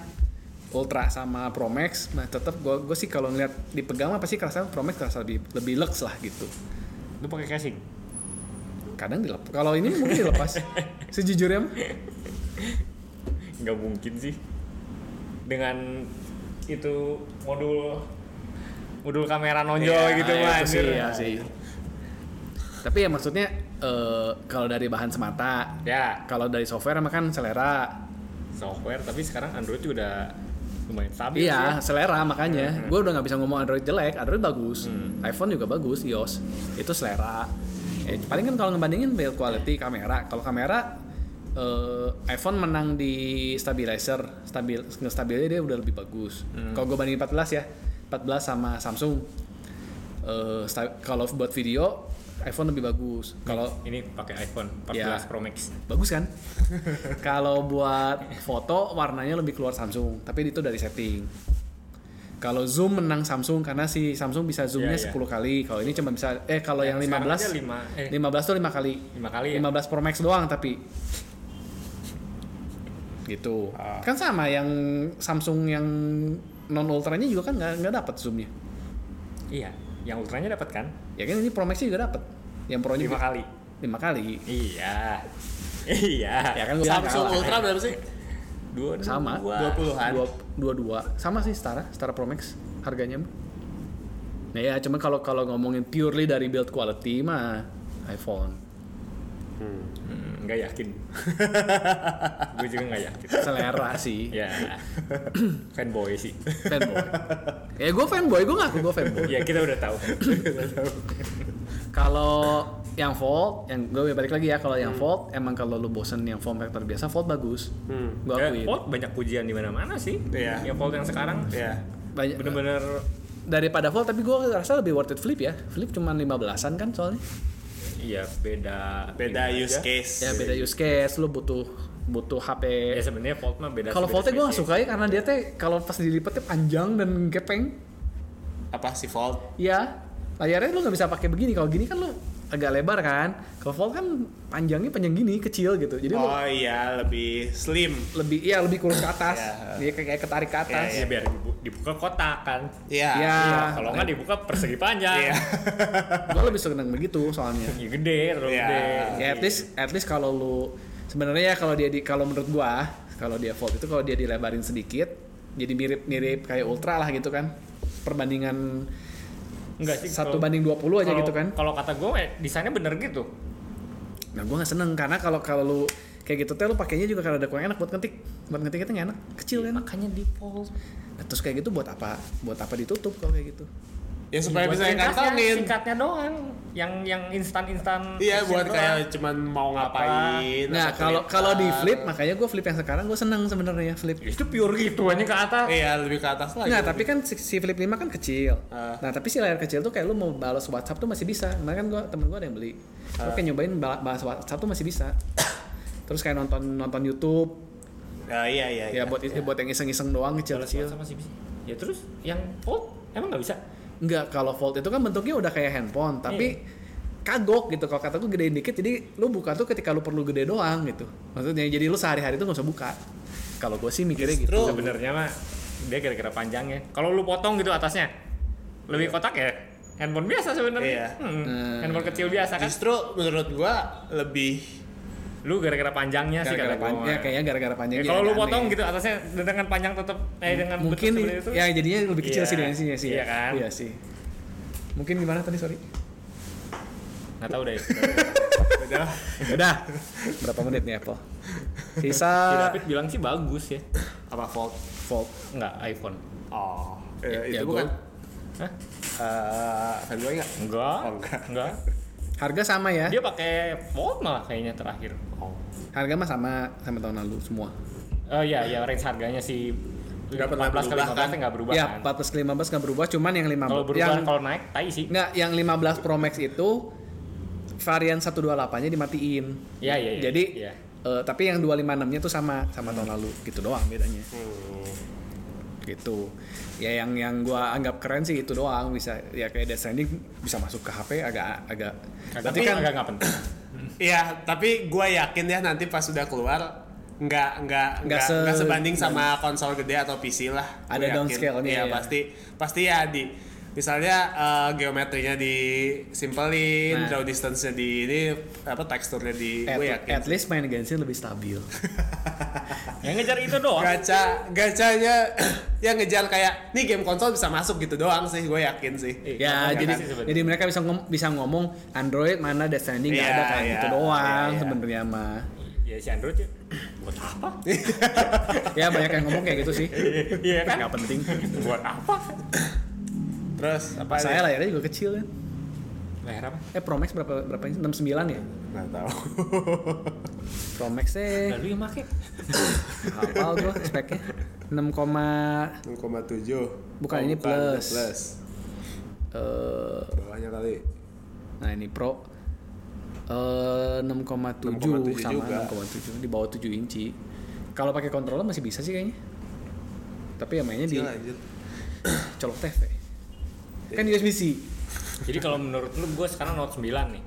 Speaker 1: Ultra sama Pro Max, nah tetap gue gue sih kalau ngeliat dipegang mah pasti kerasa Pro Max kerasa lebih lebih lux lah gitu.
Speaker 3: Lu pakai casing.
Speaker 1: Kadang dilepas. Kalau ini mungkin dilepas. Sejujurnya mah.
Speaker 3: Nggak mungkin sih. Dengan itu modul modul kamera nonjol
Speaker 1: Iya,
Speaker 3: gitu
Speaker 1: iya,
Speaker 3: mah
Speaker 1: itu
Speaker 3: anjir.
Speaker 1: sih, iya sih. Tapi ya maksudnya eh, kalau dari bahan semata,
Speaker 3: Ya,
Speaker 1: kalau dari software mah kan selera.
Speaker 3: software tapi sekarang Android juga udah lumayan stabil
Speaker 1: Iya,
Speaker 3: sih.
Speaker 1: selera makanya. Gue udah nggak bisa ngomong Android jelek, Android bagus, iPhone juga bagus, iOS itu selera. Eh, paling kan kalau ngebandingin build quality kamera, kalau kamera eh, iPhone menang di stabilizer, stabil ngestabilnya dia udah lebih bagus. Kalau gue bandingin 14 ya, 14 sama Samsung. Eh, sta- kalau buat video iPhone lebih bagus. Kalau
Speaker 3: Ini pakai iPhone 14
Speaker 1: Ya.
Speaker 3: Pro Max.
Speaker 1: bagus kan? Kalau buat foto warnanya lebih keluar Samsung, tapi itu dari setting. Kalau zoom menang Samsung karena si Samsung bisa zoomnya
Speaker 3: Iya, iya.
Speaker 1: 10 kali. Kalau ini cuma bisa eh kalau yang
Speaker 3: Sekarang aja
Speaker 1: 15
Speaker 3: lima, eh,
Speaker 1: 15 tuh 5 kali.
Speaker 3: lima kali ya.
Speaker 1: 15 Pro Max doang tapi gitu.
Speaker 3: Ah.
Speaker 1: Kan sama yang Samsung yang non ultranya juga kan nggak nggak dapat zoomnya.
Speaker 3: Iya, yang ultranya dapat kan?
Speaker 1: Ya kan ini Pro Max-nya juga dapat. Yang Pro-nya
Speaker 3: Lima
Speaker 1: 5
Speaker 3: kali.
Speaker 1: kali.
Speaker 3: Iya. Iya.
Speaker 1: Ya kan gua bilang
Speaker 2: Samsung
Speaker 1: kalah.
Speaker 2: Ultra berapa sih?
Speaker 3: Dua,
Speaker 1: sama
Speaker 3: dua.
Speaker 2: 20-an.
Speaker 1: dua dua dua sama sih setara setara Pro Max harganya mah. nah ya cuman kalau kalau ngomongin purely dari build quality mah iPhone
Speaker 3: Hmm, nggak yakin. Gue juga nggak yakin.
Speaker 1: selera sih
Speaker 3: Ya. Fanboy sih.
Speaker 1: fanboy ya gue fanboy gue ngaku gue fanboy
Speaker 3: ya kita udah tahu.
Speaker 1: kalau yang Fold yang gue balik lagi ya kalau yang
Speaker 3: Hmm.
Speaker 1: Fold emang kalau lu bosen yang form factor biasa Fold bagus
Speaker 2: Hmm.
Speaker 1: gue
Speaker 3: Ya,
Speaker 1: akuin
Speaker 3: Volt banyak pujian di mana-mana sih.
Speaker 2: Iya.
Speaker 3: Yang Volt yang sekarang
Speaker 2: Ya.
Speaker 1: Banyak-
Speaker 3: bener-bener
Speaker 1: daripada Fold tapi gue rasa lebih worth it flip ya flip cuma 15an kan soalnya
Speaker 3: iya beda
Speaker 2: Beda
Speaker 3: ini
Speaker 2: use
Speaker 3: aja.
Speaker 2: case.
Speaker 1: ya
Speaker 3: iya.
Speaker 1: beda use case lu butuh butuh HP
Speaker 3: Ya sebenarnya Volt mah beda.
Speaker 1: Kalau
Speaker 3: beda
Speaker 1: Volte gue gak
Speaker 3: spesies.
Speaker 1: suka ya karena dia teh kalau pas dilipetnya panjang dan kepeng.
Speaker 2: Apa sih Fold?
Speaker 1: Ya, layarnya lu nggak bisa pakai begini. Kalau gini kan lu agak lebar kan. Kalau Volt kan panjangnya panjang gini, kecil gitu. Jadi lu
Speaker 2: Oh iya, lebih slim.
Speaker 1: lebih iya lebih kurus ke atas.
Speaker 2: Iya.
Speaker 1: dia kayak kayak ketarik ke atas.
Speaker 3: Ya, ya biar dibu- dibuka kotak kan.
Speaker 2: Iya.
Speaker 1: Iya.
Speaker 3: Iya,
Speaker 1: Ah.
Speaker 3: kalau nggak dibuka persegi panjang.
Speaker 2: Iya.
Speaker 1: Gue lebih seneng begitu soalnya.
Speaker 3: Ya, gede, terlalu
Speaker 2: Iya.
Speaker 3: gede.
Speaker 1: ya at least at least kalau lu sebenarnya ya kalau dia di kalau menurut gua kalau dia Volt itu kalau dia dilebarin sedikit jadi mirip-mirip kayak Ultra lah gitu kan. Perbandingan
Speaker 3: Enggak sih.
Speaker 1: satu
Speaker 3: kalau-
Speaker 1: banding 20 aja
Speaker 3: kalau-
Speaker 1: gitu kan.
Speaker 3: Kalau kata gue desainnya bener gitu.
Speaker 1: Nah gue nggak seneng karena kalau kalau lu kayak gitu teh lu pakainya juga karena ada kurang enak buat ngetik, buat ngetik itu nggak enak, kecil kan.
Speaker 3: Iya, Makanya di fold.
Speaker 1: Nah, terus kayak gitu buat apa? Buat apa ditutup kalau kayak gitu?
Speaker 2: Ya supaya
Speaker 3: Buat
Speaker 2: bisa
Speaker 3: singkatnya-
Speaker 2: dikantongin.
Speaker 3: Singkatnya doang. Yang yang instan-instan.
Speaker 2: Iya,
Speaker 3: action
Speaker 2: buat
Speaker 3: doang.
Speaker 2: kayak cuman mau ngapain.
Speaker 1: Nah
Speaker 2: asal
Speaker 1: kalau kalau di
Speaker 2: Iya, kelihatan.
Speaker 1: flip makanya gue flip yang sekarang gue seneng sebenarnya flip.
Speaker 3: Itu pure gitu hanya ke atas.
Speaker 2: Iya, lebih ke atas lagi.
Speaker 1: Nah tapi kan si, si flip 5 kan kecil.
Speaker 2: Ah.
Speaker 1: Nah tapi si layar kecil tuh kayak lu mau balas WhatsApp tuh masih bisa. Kemarin kan gue temen gue ada yang beli. Lu
Speaker 2: Ah.
Speaker 1: kayak nyobain bal- balas WhatsApp tuh masih bisa. terus kayak nonton nonton YouTube.
Speaker 2: Ya, iya, iya.
Speaker 1: Ya, buat buat yang iseng-iseng doang kecil-kecil.
Speaker 3: sama sih bisa. Ya terus yang fold emang nggak bisa.
Speaker 1: Enggak, kalau fold itu kan bentuknya udah kayak handphone, tapi
Speaker 3: Iya.
Speaker 1: kagok gitu. Kalau kataku gedein dikit, jadi lu buka tuh ketika lu perlu gede doang gitu. Maksudnya jadi lu sehari-hari tuh nggak usah buka. Kalau gue sih mikirnya gitu.
Speaker 2: Justru-
Speaker 3: Sebenarnya mah dia kira-kira panjangnya. Kalau lu potong gitu atasnya lebih kotak ya. Handphone biasa sebenarnya.
Speaker 2: Iya.
Speaker 3: Hmm,
Speaker 1: Hmm.
Speaker 3: Handphone kecil biasa kan.
Speaker 2: Justru menurut gua lebih
Speaker 3: Lu gara-gara panjangnya sih
Speaker 1: Gara-gara
Speaker 3: kata gua.
Speaker 1: panjang, kayaknya gara-gara panjang.
Speaker 3: Ya, kalau lu potong gitu atasnya dengan panjang tetap eh dengan bentuk
Speaker 1: mungkin
Speaker 3: seperti itu.
Speaker 1: ya jadinya lebih kecil
Speaker 3: Iya.
Speaker 1: sih dimensinya sih.
Speaker 3: Iya kan?
Speaker 1: Iya sih. Mungkin gimana tadi sorry?
Speaker 3: Nggak tahu deh.
Speaker 2: udah
Speaker 1: Ya Udah. Berapa menit nih Apple?
Speaker 3: Si
Speaker 1: Sisa
Speaker 3: David bilang sih bagus ya.
Speaker 2: apa Fold?
Speaker 1: fold.
Speaker 3: Enggak iPhone.
Speaker 2: Oh,
Speaker 1: Ya,
Speaker 2: eh,
Speaker 1: ya,
Speaker 2: itu bukan.
Speaker 3: Hah?
Speaker 2: Eh, fanboy enggak?
Speaker 3: Enggak.
Speaker 2: Oh, enggak.
Speaker 3: Enggak.
Speaker 1: Harga sama ya.
Speaker 3: Dia pakai Fold malah kayaknya terakhir.
Speaker 2: Oh.
Speaker 1: Harga mah sama sama tahun lalu semua.
Speaker 3: Oh iya, ya range harganya sih
Speaker 2: Nggak pernah
Speaker 3: 14 ke
Speaker 2: berubah,
Speaker 3: 15
Speaker 2: kan?
Speaker 3: nggak berubah
Speaker 1: ya,
Speaker 3: kan?
Speaker 1: 14 ke 15 nggak berubah, cuman yang 15
Speaker 3: Kalau berubah, kan
Speaker 1: yang
Speaker 3: kalau naik, tai sih.
Speaker 1: nggak yang 15 Pro Max itu varian 128-nya dimatiin.
Speaker 3: Iya, iya, iya.
Speaker 1: Jadi
Speaker 3: Iya.
Speaker 1: eh, tapi yang 256-nya tuh sama sama tahun lalu gitu doang bedanya.
Speaker 3: Hmm.
Speaker 1: gitu ya yang yang gua anggap keren sih itu doang bisa ya kayak Death Stranding bisa masuk ke HP agak agak
Speaker 3: Tapi kan agak nggak penting.
Speaker 2: Iya, tapi gue yakin ya nanti pas sudah keluar nggak nggak nggak
Speaker 1: se-
Speaker 2: nggak sebanding sama konsol gede atau PC lah. Gua
Speaker 1: Ada
Speaker 2: yakin.
Speaker 1: downscale-nya
Speaker 2: Iya
Speaker 1: ya.
Speaker 2: pasti pasti ya di misalnya eh, geometrinya disimpelin,
Speaker 1: Nah. Eh,
Speaker 2: draw distance-nya di ini apa teksturnya di
Speaker 1: at,
Speaker 2: gue yakin.
Speaker 1: at least main Genshin lebih stabil
Speaker 3: Yang ngejar itu
Speaker 1: Oh.
Speaker 3: doang.
Speaker 2: Gacha gacanya yang ngejar kayak nih game konsol bisa masuk gitu doang sih gue yakin sih.
Speaker 3: Eh,
Speaker 1: ya
Speaker 3: nggak
Speaker 1: jadi
Speaker 3: sih sebenarnya.
Speaker 1: jadi mereka bisa ngom- bisa ngomong Android mana Death Stranding nggak
Speaker 2: Iya,
Speaker 1: ada kan
Speaker 2: iya.
Speaker 1: gitu doang
Speaker 2: Iya, iya.
Speaker 1: sebenarnya mah
Speaker 3: ya si Android ya, buat apa?
Speaker 1: ya banyak yang ngomong kayak gitu sih
Speaker 3: Iya kan?
Speaker 1: nggak penting
Speaker 3: buat apa?
Speaker 2: Terus apa?
Speaker 1: saya
Speaker 2: nih?
Speaker 1: layarnya juga kecil kan
Speaker 3: Leher apa?
Speaker 1: eh Pro Max berapa berapa inci 69 ya
Speaker 2: nggak tahu.
Speaker 1: Pro Max eh
Speaker 3: Lalu yang make?
Speaker 1: hafal gua speknya 6,
Speaker 2: 0,7.
Speaker 1: Bukan, ini plus. eh
Speaker 2: Bawahnya kali.
Speaker 1: Nah ini Pro eh 6,7
Speaker 2: 6,7
Speaker 1: sama
Speaker 2: juga.
Speaker 1: 6,7 di bawah 7 inci. Kalau pakai controller masih bisa sih kayaknya. Tapi ya mainnya di
Speaker 2: Kecil lanjut.
Speaker 1: colok TV. Kan USB-C.
Speaker 3: Jadi kalau menurut lu gue sekarang Note 9 nih.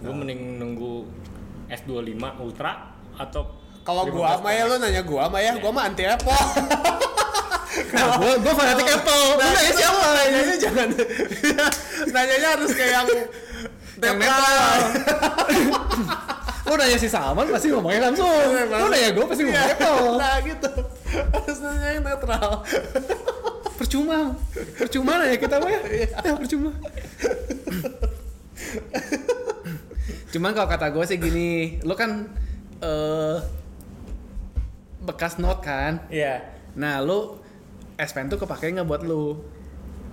Speaker 3: Gue mending nunggu S25 Ultra atau
Speaker 2: Kalau gua
Speaker 3: 15
Speaker 2: mah ya lu nanya gua
Speaker 1: Iya.
Speaker 2: mah ya, gua mah anti Apple.
Speaker 1: Nah, gua gua fanatik Apple. Lu nanya
Speaker 2: itu
Speaker 1: siapa?
Speaker 2: Nanyanya jangan. nanyanya harus kayak yang
Speaker 1: Yang
Speaker 2: netral.
Speaker 1: Lu nanya si Salman pasti ngomongnya Samsung. Lu nanya gua pasti ngomongnya Apple.
Speaker 2: Nah gitu. Harus nanya yang netral.
Speaker 1: Percuma. Percuma nanya kita mah ya. Ya percuma. Cuman kalau kata gue sih gini, lu kan eh bekas note kan.
Speaker 3: Iya,
Speaker 1: Nah, lu S Pen tuh kepake nggak buat lu?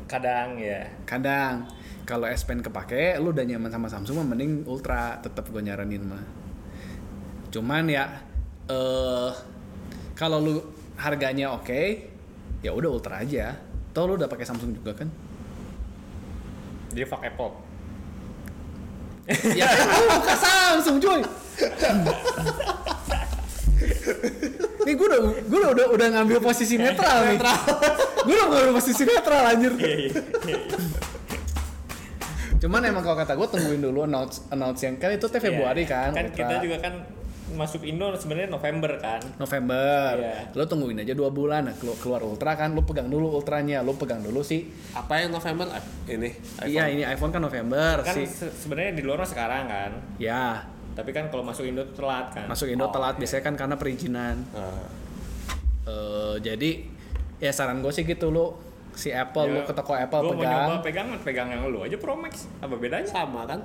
Speaker 3: kadang ya.
Speaker 1: Kadang kalau S Pen kepake, lu udah nyaman sama Samsung mah mending Ultra tetap gue nyaranin mah. Cuman ya eh kalau lu harganya oke, ya udah Ultra aja. Toh lu udah pakai Samsung juga kan?
Speaker 3: Jadi fuck Apple.
Speaker 1: ya kan lu buka Samsung cuy. Nih gue udah gue udah, udah udah ngambil posisi netral nih. gue udah ngambil posisi netral anjir.
Speaker 3: Iya, iya.
Speaker 1: Cuman emang kalau kata gue tungguin dulu announce announce yang kan itu teh Februari kan.
Speaker 3: Kan
Speaker 1: Ultra.
Speaker 3: kita juga kan masuk Indo sebenarnya November kan.
Speaker 1: November.
Speaker 3: Iya.
Speaker 1: Lo tungguin aja dua bulan nah, kelu- keluar Ultra kan lo pegang dulu Ultranya, lo pegang dulu sih.
Speaker 2: Apa yang November Ah, ini?
Speaker 1: Iya, ini iPhone kan November
Speaker 3: Kan
Speaker 1: sih.
Speaker 3: se- sebenarnya di luar sekarang kan.
Speaker 1: Ya,
Speaker 3: Tapi kan kalau masuk Indo tuh telat kan.
Speaker 1: masuk Indo telat biasanya kan karena perizinan.
Speaker 2: Nah,
Speaker 1: Eh, jadi ya saran gue sih gitu lo si Apple lo ke toko Apple
Speaker 3: Oh, iya. Ya. gua mau nyoba
Speaker 1: pegang
Speaker 3: pegang, pegang yang lu aja Pro Max. Apa bedanya?
Speaker 2: Sama kan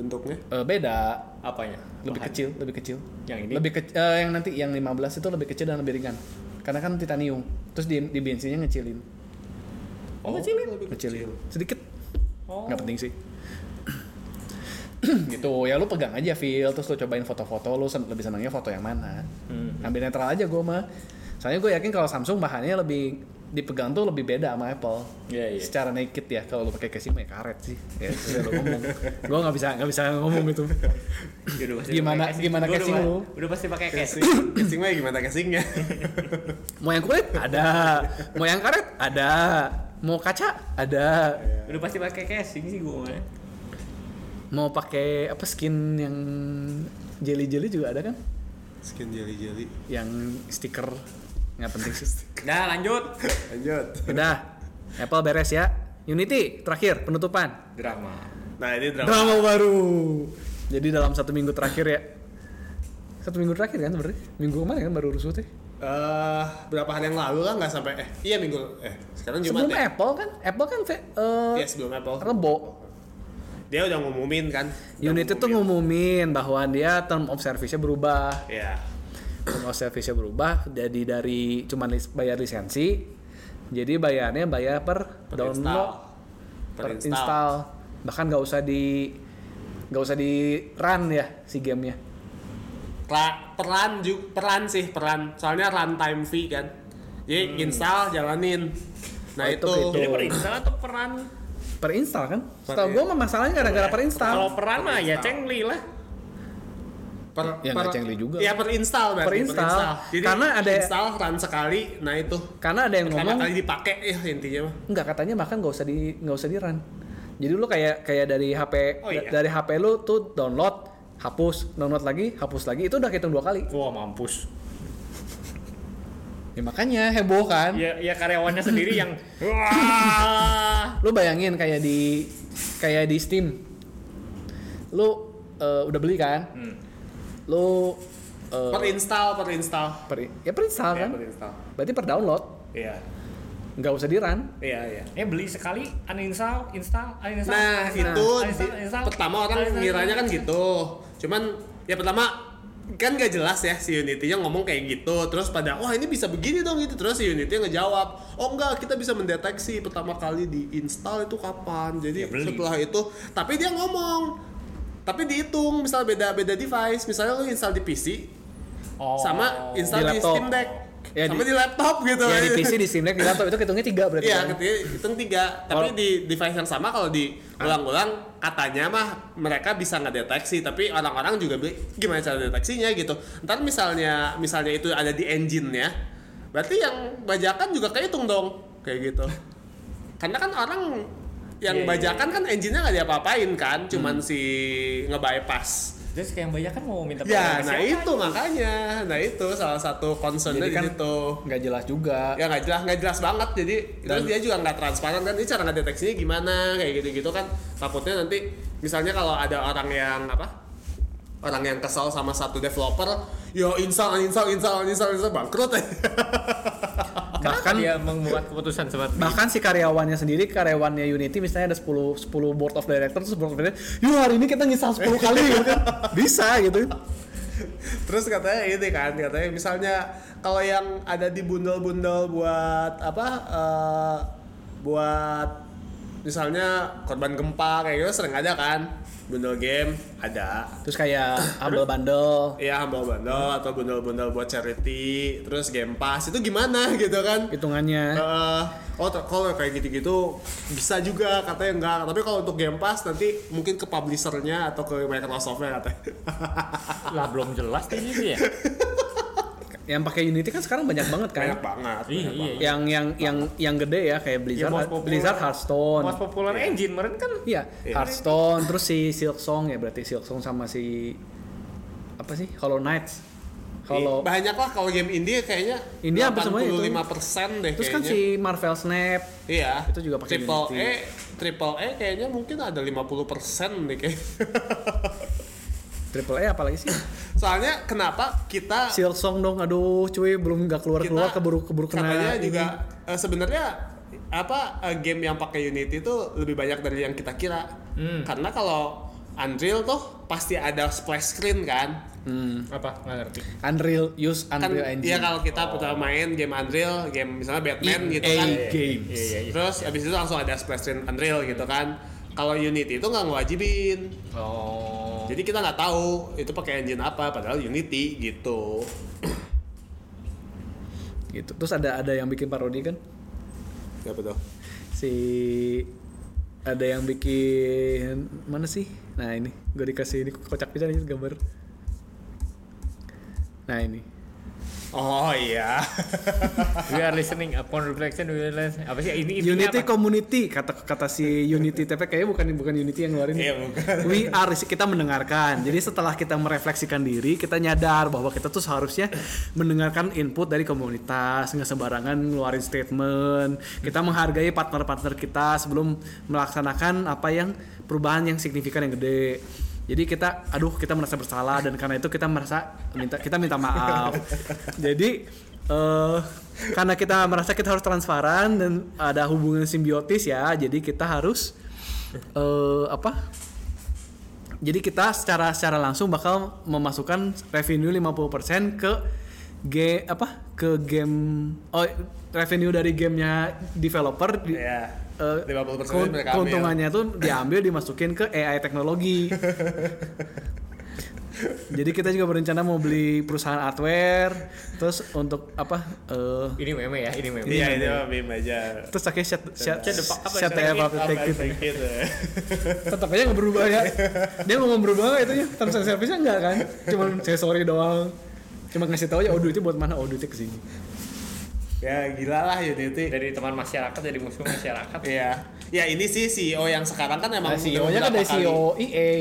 Speaker 2: bentuknya?
Speaker 1: Eh, beda
Speaker 3: Apanya?
Speaker 1: lebih
Speaker 3: Bahan.
Speaker 1: kecil lebih kecil
Speaker 3: Yang ini?
Speaker 1: lebih kecil yang nanti yang 15 itu lebih kecil dan lebih ringan karena kan titanium terus di, di bensinnya ngecilin
Speaker 3: Oh, kecilin.
Speaker 1: ngecilin sedikit
Speaker 3: Oh.
Speaker 1: nggak penting sih gitu ya lu pegang aja feel terus lu cobain foto-foto lu sen- lebih senangnya foto yang mana
Speaker 3: Hmm.
Speaker 1: ambil netral aja gue mah soalnya gue yakin kalau Samsung bahannya lebih dipegang tuh lebih beda sama Apple
Speaker 3: Iya, iya.
Speaker 1: secara naked ya kalau lu pakai casing mah ya karet sih ya sesuai lu ngomong gue nggak bisa nggak bisa ngomong gitu
Speaker 3: Ya udah pasti
Speaker 1: Gimana-
Speaker 3: pakai
Speaker 1: gimana
Speaker 3: Gua udah
Speaker 1: casing
Speaker 3: pa-
Speaker 1: lu?
Speaker 3: Udah pasti pakai casing.
Speaker 2: Casingnya gimana casingnya?
Speaker 1: mau yang kulit ada mau yang karet ada mau kaca ada
Speaker 3: udah pasti pakai casing sih gua mah.
Speaker 1: mau pakai apa skin yang jelly jelly juga ada kan
Speaker 2: Skin jelly-jelly.
Speaker 1: yang stiker nggak penting sih
Speaker 3: Nah, lanjut.
Speaker 2: Lanjut.
Speaker 1: udah Apple beres ya Unity terakhir penutupan
Speaker 3: Drama.
Speaker 2: Nah, ini drama.
Speaker 1: drama baru jadi dalam satu minggu terakhir ya satu minggu terakhir kan sebenarnya minggu kemarin kan baru rusuh teh
Speaker 2: eh berapa hari yang lalu lah nggak sampai eh iya minggu eh sekarang Jumat
Speaker 1: sebelum
Speaker 2: ya
Speaker 1: Apple kan Apple kan fe- eh,
Speaker 2: Iya, sebelum Apple.
Speaker 1: Rebo
Speaker 2: dia udah ngumumin kan Udah
Speaker 1: Unity tuh ngumumin bahwa dia term of service-nya berubah
Speaker 2: ya
Speaker 1: term of service-nya berubah jadi dari cuman lis- bayar lisensi jadi bayarnya bayar per, download per install. bahkan nggak usah di nggak usah di run ya si gamenya
Speaker 2: Ra- peran ju- peran sih peran soalnya runtime fee kan jadi install jalanin nah
Speaker 1: Hmm. Oh, itu
Speaker 2: itu,
Speaker 3: Jadi perinstall atau peran?
Speaker 1: Perinstall kan? Setahu gua mah masalahnya gara-gara perinstall.
Speaker 3: Kalau peran mah ya cengli lah.
Speaker 2: per,
Speaker 1: Ya, nggak cengli juga.
Speaker 2: ya per install berarti
Speaker 1: Per install.
Speaker 2: jadi
Speaker 1: Karena ada-
Speaker 2: install run sekali nah itu
Speaker 1: Karena ada yang
Speaker 2: pertama
Speaker 1: ngomong
Speaker 2: kali dipakai ya intinya mah
Speaker 1: Enggak katanya bahkan nggak usah di nggak usah di run. Jadi lu kayak kayak dari HP
Speaker 3: Oh, iya.
Speaker 1: da- dari HP lu tuh download, hapus, download lagi, hapus lagi itu udah hitung dua kali.
Speaker 3: Wah mampus.
Speaker 1: Ya makanya heboh kan.
Speaker 3: Ya, ya karyawannya sendiri yang wah.
Speaker 1: Lu bayangin kayak di kayak di Steam. Lu eh, udah beli kan?
Speaker 3: Hmm.
Speaker 1: Lu eh,
Speaker 2: per install per install
Speaker 1: per- ya perinstall
Speaker 2: ya,
Speaker 1: kan?
Speaker 2: per install
Speaker 1: Berarti per download,
Speaker 2: iya
Speaker 1: nggak usah di run.
Speaker 2: iya iya
Speaker 3: Eh beli sekali uninstall, install, uninstall.
Speaker 2: Nah,
Speaker 3: uninstall,
Speaker 2: itu
Speaker 3: uninstall,
Speaker 2: di-
Speaker 3: uninstall,
Speaker 2: pertama orang
Speaker 3: uninstall,
Speaker 2: ngiranya kan
Speaker 3: uninstall.
Speaker 2: gitu. Cuman ya pertama kan gak jelas ya si Unity-nya ngomong kayak gitu terus pada wah ini bisa begini dong gitu terus si Unity ngejawab oh enggak kita bisa mendeteksi pertama kali diinstal itu kapan jadi
Speaker 3: Ya, beli.
Speaker 2: setelah itu tapi dia ngomong tapi dihitung misal beda beda device misalnya lu install di PC
Speaker 3: Oh.
Speaker 2: gitu. sama
Speaker 1: inst-
Speaker 2: install
Speaker 1: Di
Speaker 2: di,
Speaker 1: laptop.
Speaker 2: Steam Deck
Speaker 1: Ya,
Speaker 2: sama
Speaker 1: di-
Speaker 2: di, laptop gitu
Speaker 1: Ya di PC, di Steam Deck, di laptop itu hitungnya tiga berarti.
Speaker 2: Iya,
Speaker 1: kan?
Speaker 3: gitu ya?
Speaker 2: ketika hitung tiga. Tapi
Speaker 3: Oh.
Speaker 1: Kalau-
Speaker 2: di device yang sama kalau diulang-ulang katanya mah mereka bisa ngedeteksi, tapi orang-orang juga bi- gimana cara deteksinya gitu. Ntar misalnya misalnya itu ada di engine-nya, berarti yang bajakan juga kehitung dong kayak gitu. Karena kan orang yang
Speaker 3: Iya, iya, Hmm.
Speaker 2: bajakan kan engine-nya nggak diapa-apain kan, cuman si nge-bypass.
Speaker 3: Terus kayak yang banyak kan mau minta
Speaker 2: Ya,
Speaker 3: peran
Speaker 2: nah
Speaker 3: siapa?
Speaker 2: itu makanya. Nah itu salah satu concernnya
Speaker 1: Jadi
Speaker 2: di
Speaker 1: kan-
Speaker 2: situ
Speaker 1: Nggak jelas juga.
Speaker 2: ya nggak jelas nggak jelas banget jadi terus
Speaker 1: Dan-
Speaker 2: dia juga nggak transparan kan ini cara ngedeteksinya gimana kayak gitu gitu kan takutnya nanti misalnya kalau ada orang yang apa orang yang kesal sama satu developer yo install uninstall install uninstall install bangkrut kan?
Speaker 3: Kenapa
Speaker 1: Bahkan
Speaker 3: dia membuat keputusan seperti itu?
Speaker 1: bahkan si karyawannya sendiri karyawannya Unity misalnya ada 10 10 board of director terus board of director yuk hari ini kita ngisah 10 kali gitu kan bisa gitu
Speaker 2: terus katanya ini kan katanya misalnya kalau yang ada di bundel-bundel buat apa eh, buat misalnya korban gempa kayak gitu sering ada kan bundel game ada
Speaker 1: terus kayak humble bundle
Speaker 2: Iya humble bundle atau bundle-bundle buat charity terus game pass itu gimana gitu kan
Speaker 1: hitungannya
Speaker 2: Eh, oh ter- kalau kayak gitu-gitu bisa juga katanya enggak tapi kalau untuk game pass nanti mungkin ke publishernya atau ke Microsoftnya katanya
Speaker 3: lah belum jelas kan itu ya.
Speaker 1: yang pakai Unity kan sekarang banyak banget kan
Speaker 2: banyak banget
Speaker 3: Iya,
Speaker 2: banyak
Speaker 3: iya, iya.
Speaker 1: yang yang yang yang gede ya
Speaker 2: Iya,
Speaker 1: kayak Blizzard
Speaker 3: most popular.
Speaker 1: Blizzard Hearthstone
Speaker 3: Most popular engine meren kan
Speaker 1: iya
Speaker 2: Iya.
Speaker 1: Hearthstone terus si Silksong ya berarti Silksong sama si apa sih Hollow Knight
Speaker 2: banget.
Speaker 1: Hollow
Speaker 2: banyak lah kalau game indie kayaknya
Speaker 1: Indie hampir semuanya itu.
Speaker 2: 85% deh
Speaker 1: terus
Speaker 2: kayaknya
Speaker 1: kan si Marvel Snap
Speaker 2: iya
Speaker 1: itu juga pakai
Speaker 2: triple
Speaker 1: Unity.
Speaker 2: E triple E kayaknya mungkin ada 50% nih kayak
Speaker 1: Triple E apalagi sih
Speaker 2: soalnya kenapa kita
Speaker 1: Silksong dong aduh cuy belum nggak keluar keluar
Speaker 2: Kita
Speaker 1: keburu keburu kena
Speaker 2: katanya
Speaker 1: ini.
Speaker 2: juga eh, sebenarnya apa eh, game yang pakai Unity itu lebih banyak dari yang kita kira
Speaker 1: Hmm.
Speaker 2: karena kalau Unreal tuh pasti ada splash screen kan
Speaker 3: apa nggak ngerti.
Speaker 1: Unreal use
Speaker 2: kan
Speaker 1: Unreal Engine.
Speaker 2: iya
Speaker 1: E-
Speaker 2: kalau kita pertama main game Unreal game misalnya Batman gitu
Speaker 1: EA
Speaker 2: kan
Speaker 1: Games.
Speaker 3: Iya, iya, iya.
Speaker 1: E-
Speaker 2: terus abis itu langsung ada splash screen Unreal gitu kan kalau Unity itu nggak ngewajibin
Speaker 3: Oh.
Speaker 2: jadi kita nggak tahu itu pakai engine apa padahal Unity gitu
Speaker 1: Gitu. Terus ada ada yang bikin parodi kan?
Speaker 2: Gak betul
Speaker 1: Si ada yang bikin mana sih? Nah ini gue dikasih ini kocak pisan ini gambar. Nah ini.
Speaker 2: oh iya
Speaker 3: We are listening upon reflection we are listening. apa sih ini ini
Speaker 1: Unity
Speaker 3: apa?
Speaker 1: Community kata kata si Unity tapi kayaknya bukan bukan Unity yang ngeluarin.
Speaker 2: Iya, bukan.
Speaker 1: We are kita mendengarkan. Jadi setelah kita merefleksikan diri, kita nyadar bahwa kita tuh seharusnya mendengarkan input dari komunitas, nggak sembarangan ngeluarin statement. Kita menghargai partner-partner kita sebelum melaksanakan apa yang perubahan yang signifikan yang gede. Jadi kita, aduh kita merasa bersalah dan karena itu kita merasa minta kita minta maaf. Jadi eh karena kita merasa kita harus transparan dan ada hubungan simbiotis ya, jadi kita harus eh apa? Jadi kita secara secara langsung bakal memasukkan revenue 50% ke ge apa? ke game oh revenue dari gamenya developer di,
Speaker 2: Iya.
Speaker 1: eh,
Speaker 2: 50%
Speaker 1: keun-
Speaker 2: mereka ambil.
Speaker 1: keuntungannya tuh diambil dimasukin ke AI teknologi. Jadi kita juga berencana mau beli perusahaan artware, terus untuk apa? eh,
Speaker 3: Ini meme ya, ini meme.
Speaker 2: Iya, itu mah meme aja.
Speaker 1: terus akhirnya shut shut
Speaker 3: Shut the fuck up,
Speaker 1: shut the
Speaker 3: shut
Speaker 1: F up,
Speaker 2: Apa
Speaker 1: take it.
Speaker 2: take it, eh.
Speaker 1: Tetap aja nggak berubah ya. Dia ngomong berubah nggak itunya? Terms and service-nya nggak kan? Cuman saya sorry doang. Cuma ngasih tahu ya, oh duitnya buat mana? Oh duitnya kesini.
Speaker 2: Ya gila lah Unity.
Speaker 3: Dari teman masyarakat, dari musuh masyarakat.
Speaker 2: Iya. Ya ini sih CEO yang sekarang kan emang
Speaker 1: Nah,
Speaker 3: E
Speaker 2: udah
Speaker 1: CEO-nya kan
Speaker 2: beberapa
Speaker 1: dari
Speaker 2: kali-
Speaker 1: CEO EA.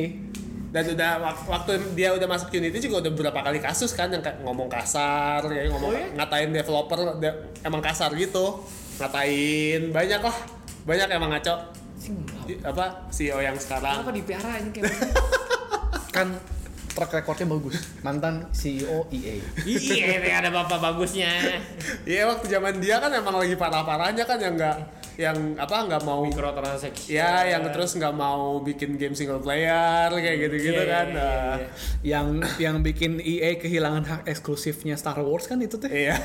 Speaker 2: dan udah wak- waktu dia udah masuk Unity juga udah beberapa kali kasus kan yang kayak ngomong kasar kayak ngomong
Speaker 3: Oh, iya?
Speaker 2: ngatain developer de- emang kasar gitu ngatain banyak lah banyak emang ngaco I- apa CEO yang
Speaker 3: Kenapa
Speaker 2: sekarang
Speaker 3: di piara ini kayak
Speaker 1: Kan track recordnya bagus. Mantan E CEO EA.
Speaker 3: Iya, ini ada bapak bagusnya.
Speaker 2: iya waktu zaman dia kan emang lagi parah-parahnya kan yang nggak yang apa nggak mau
Speaker 3: Mikrotransaksi.
Speaker 2: ya yang terus nggak mau bikin game single player kayak gitu-gitu
Speaker 3: Iya,
Speaker 2: kan
Speaker 3: iya,
Speaker 2: Nah,
Speaker 3: iya,
Speaker 1: yang yang bikin EA kehilangan hak eksklusifnya Star Wars kan itu teh.
Speaker 2: iya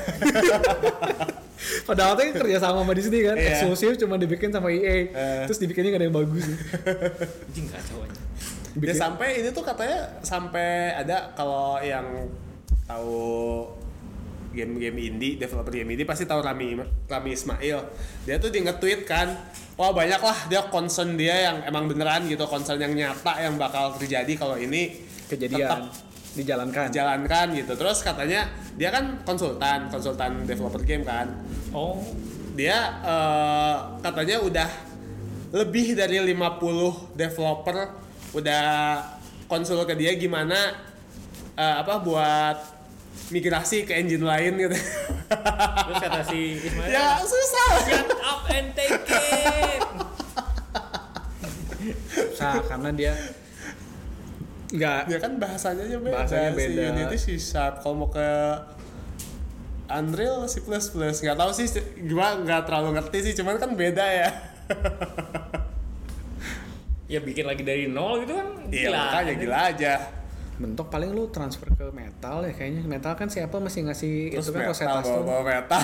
Speaker 1: Padahal teh kerja sama sama Disney kan,
Speaker 2: Iya.
Speaker 1: eksklusif cuma dibikin sama EA.
Speaker 2: Eh.
Speaker 1: Terus dibikinnya gak ada yang bagus.
Speaker 2: Ah.
Speaker 3: Anjing kacau aja.
Speaker 2: Dia
Speaker 1: Bikin-
Speaker 2: sampai ini tuh katanya sampai ada kalau yang tahu game-game indie, developer game indie pasti tahu Rami Rami Ismail. Dia tuh di nge-tweet kan, wah banyak lah dia concern dia yang emang beneran gitu, concern yang nyata yang bakal terjadi kalau ini tetap
Speaker 1: kejadian dijalankan.
Speaker 2: dijalankan gitu. Terus katanya dia kan konsultan, konsultan developer game kan
Speaker 3: Oh,
Speaker 2: dia eh, katanya udah lebih dari 50 developer udah konsul ke dia gimana eh, apa buat migrasi ke engine lain gitu.
Speaker 3: terus kata si Ismail.
Speaker 2: ya susah.
Speaker 3: Shut up and take it.
Speaker 1: Nah, karena dia nggak
Speaker 2: Ya kan bahasanya aja beda.
Speaker 1: Bahasanya beda.
Speaker 2: Si Unity si Sharp kalau mau ke Unreal C++ nggak tahu sih gimana nggak terlalu ngerti sih cuman kan beda ya.
Speaker 3: Ya bikin lagi dari nol gitu kan.
Speaker 2: Iya makanya gila aja.
Speaker 1: bentuk paling lu transfer ke metal ya kayaknya. Metal kan si Apple masih ngasih
Speaker 2: Terus
Speaker 1: itu kan
Speaker 2: metal,
Speaker 1: Rosetta Stone.
Speaker 2: bawa-bawa metal.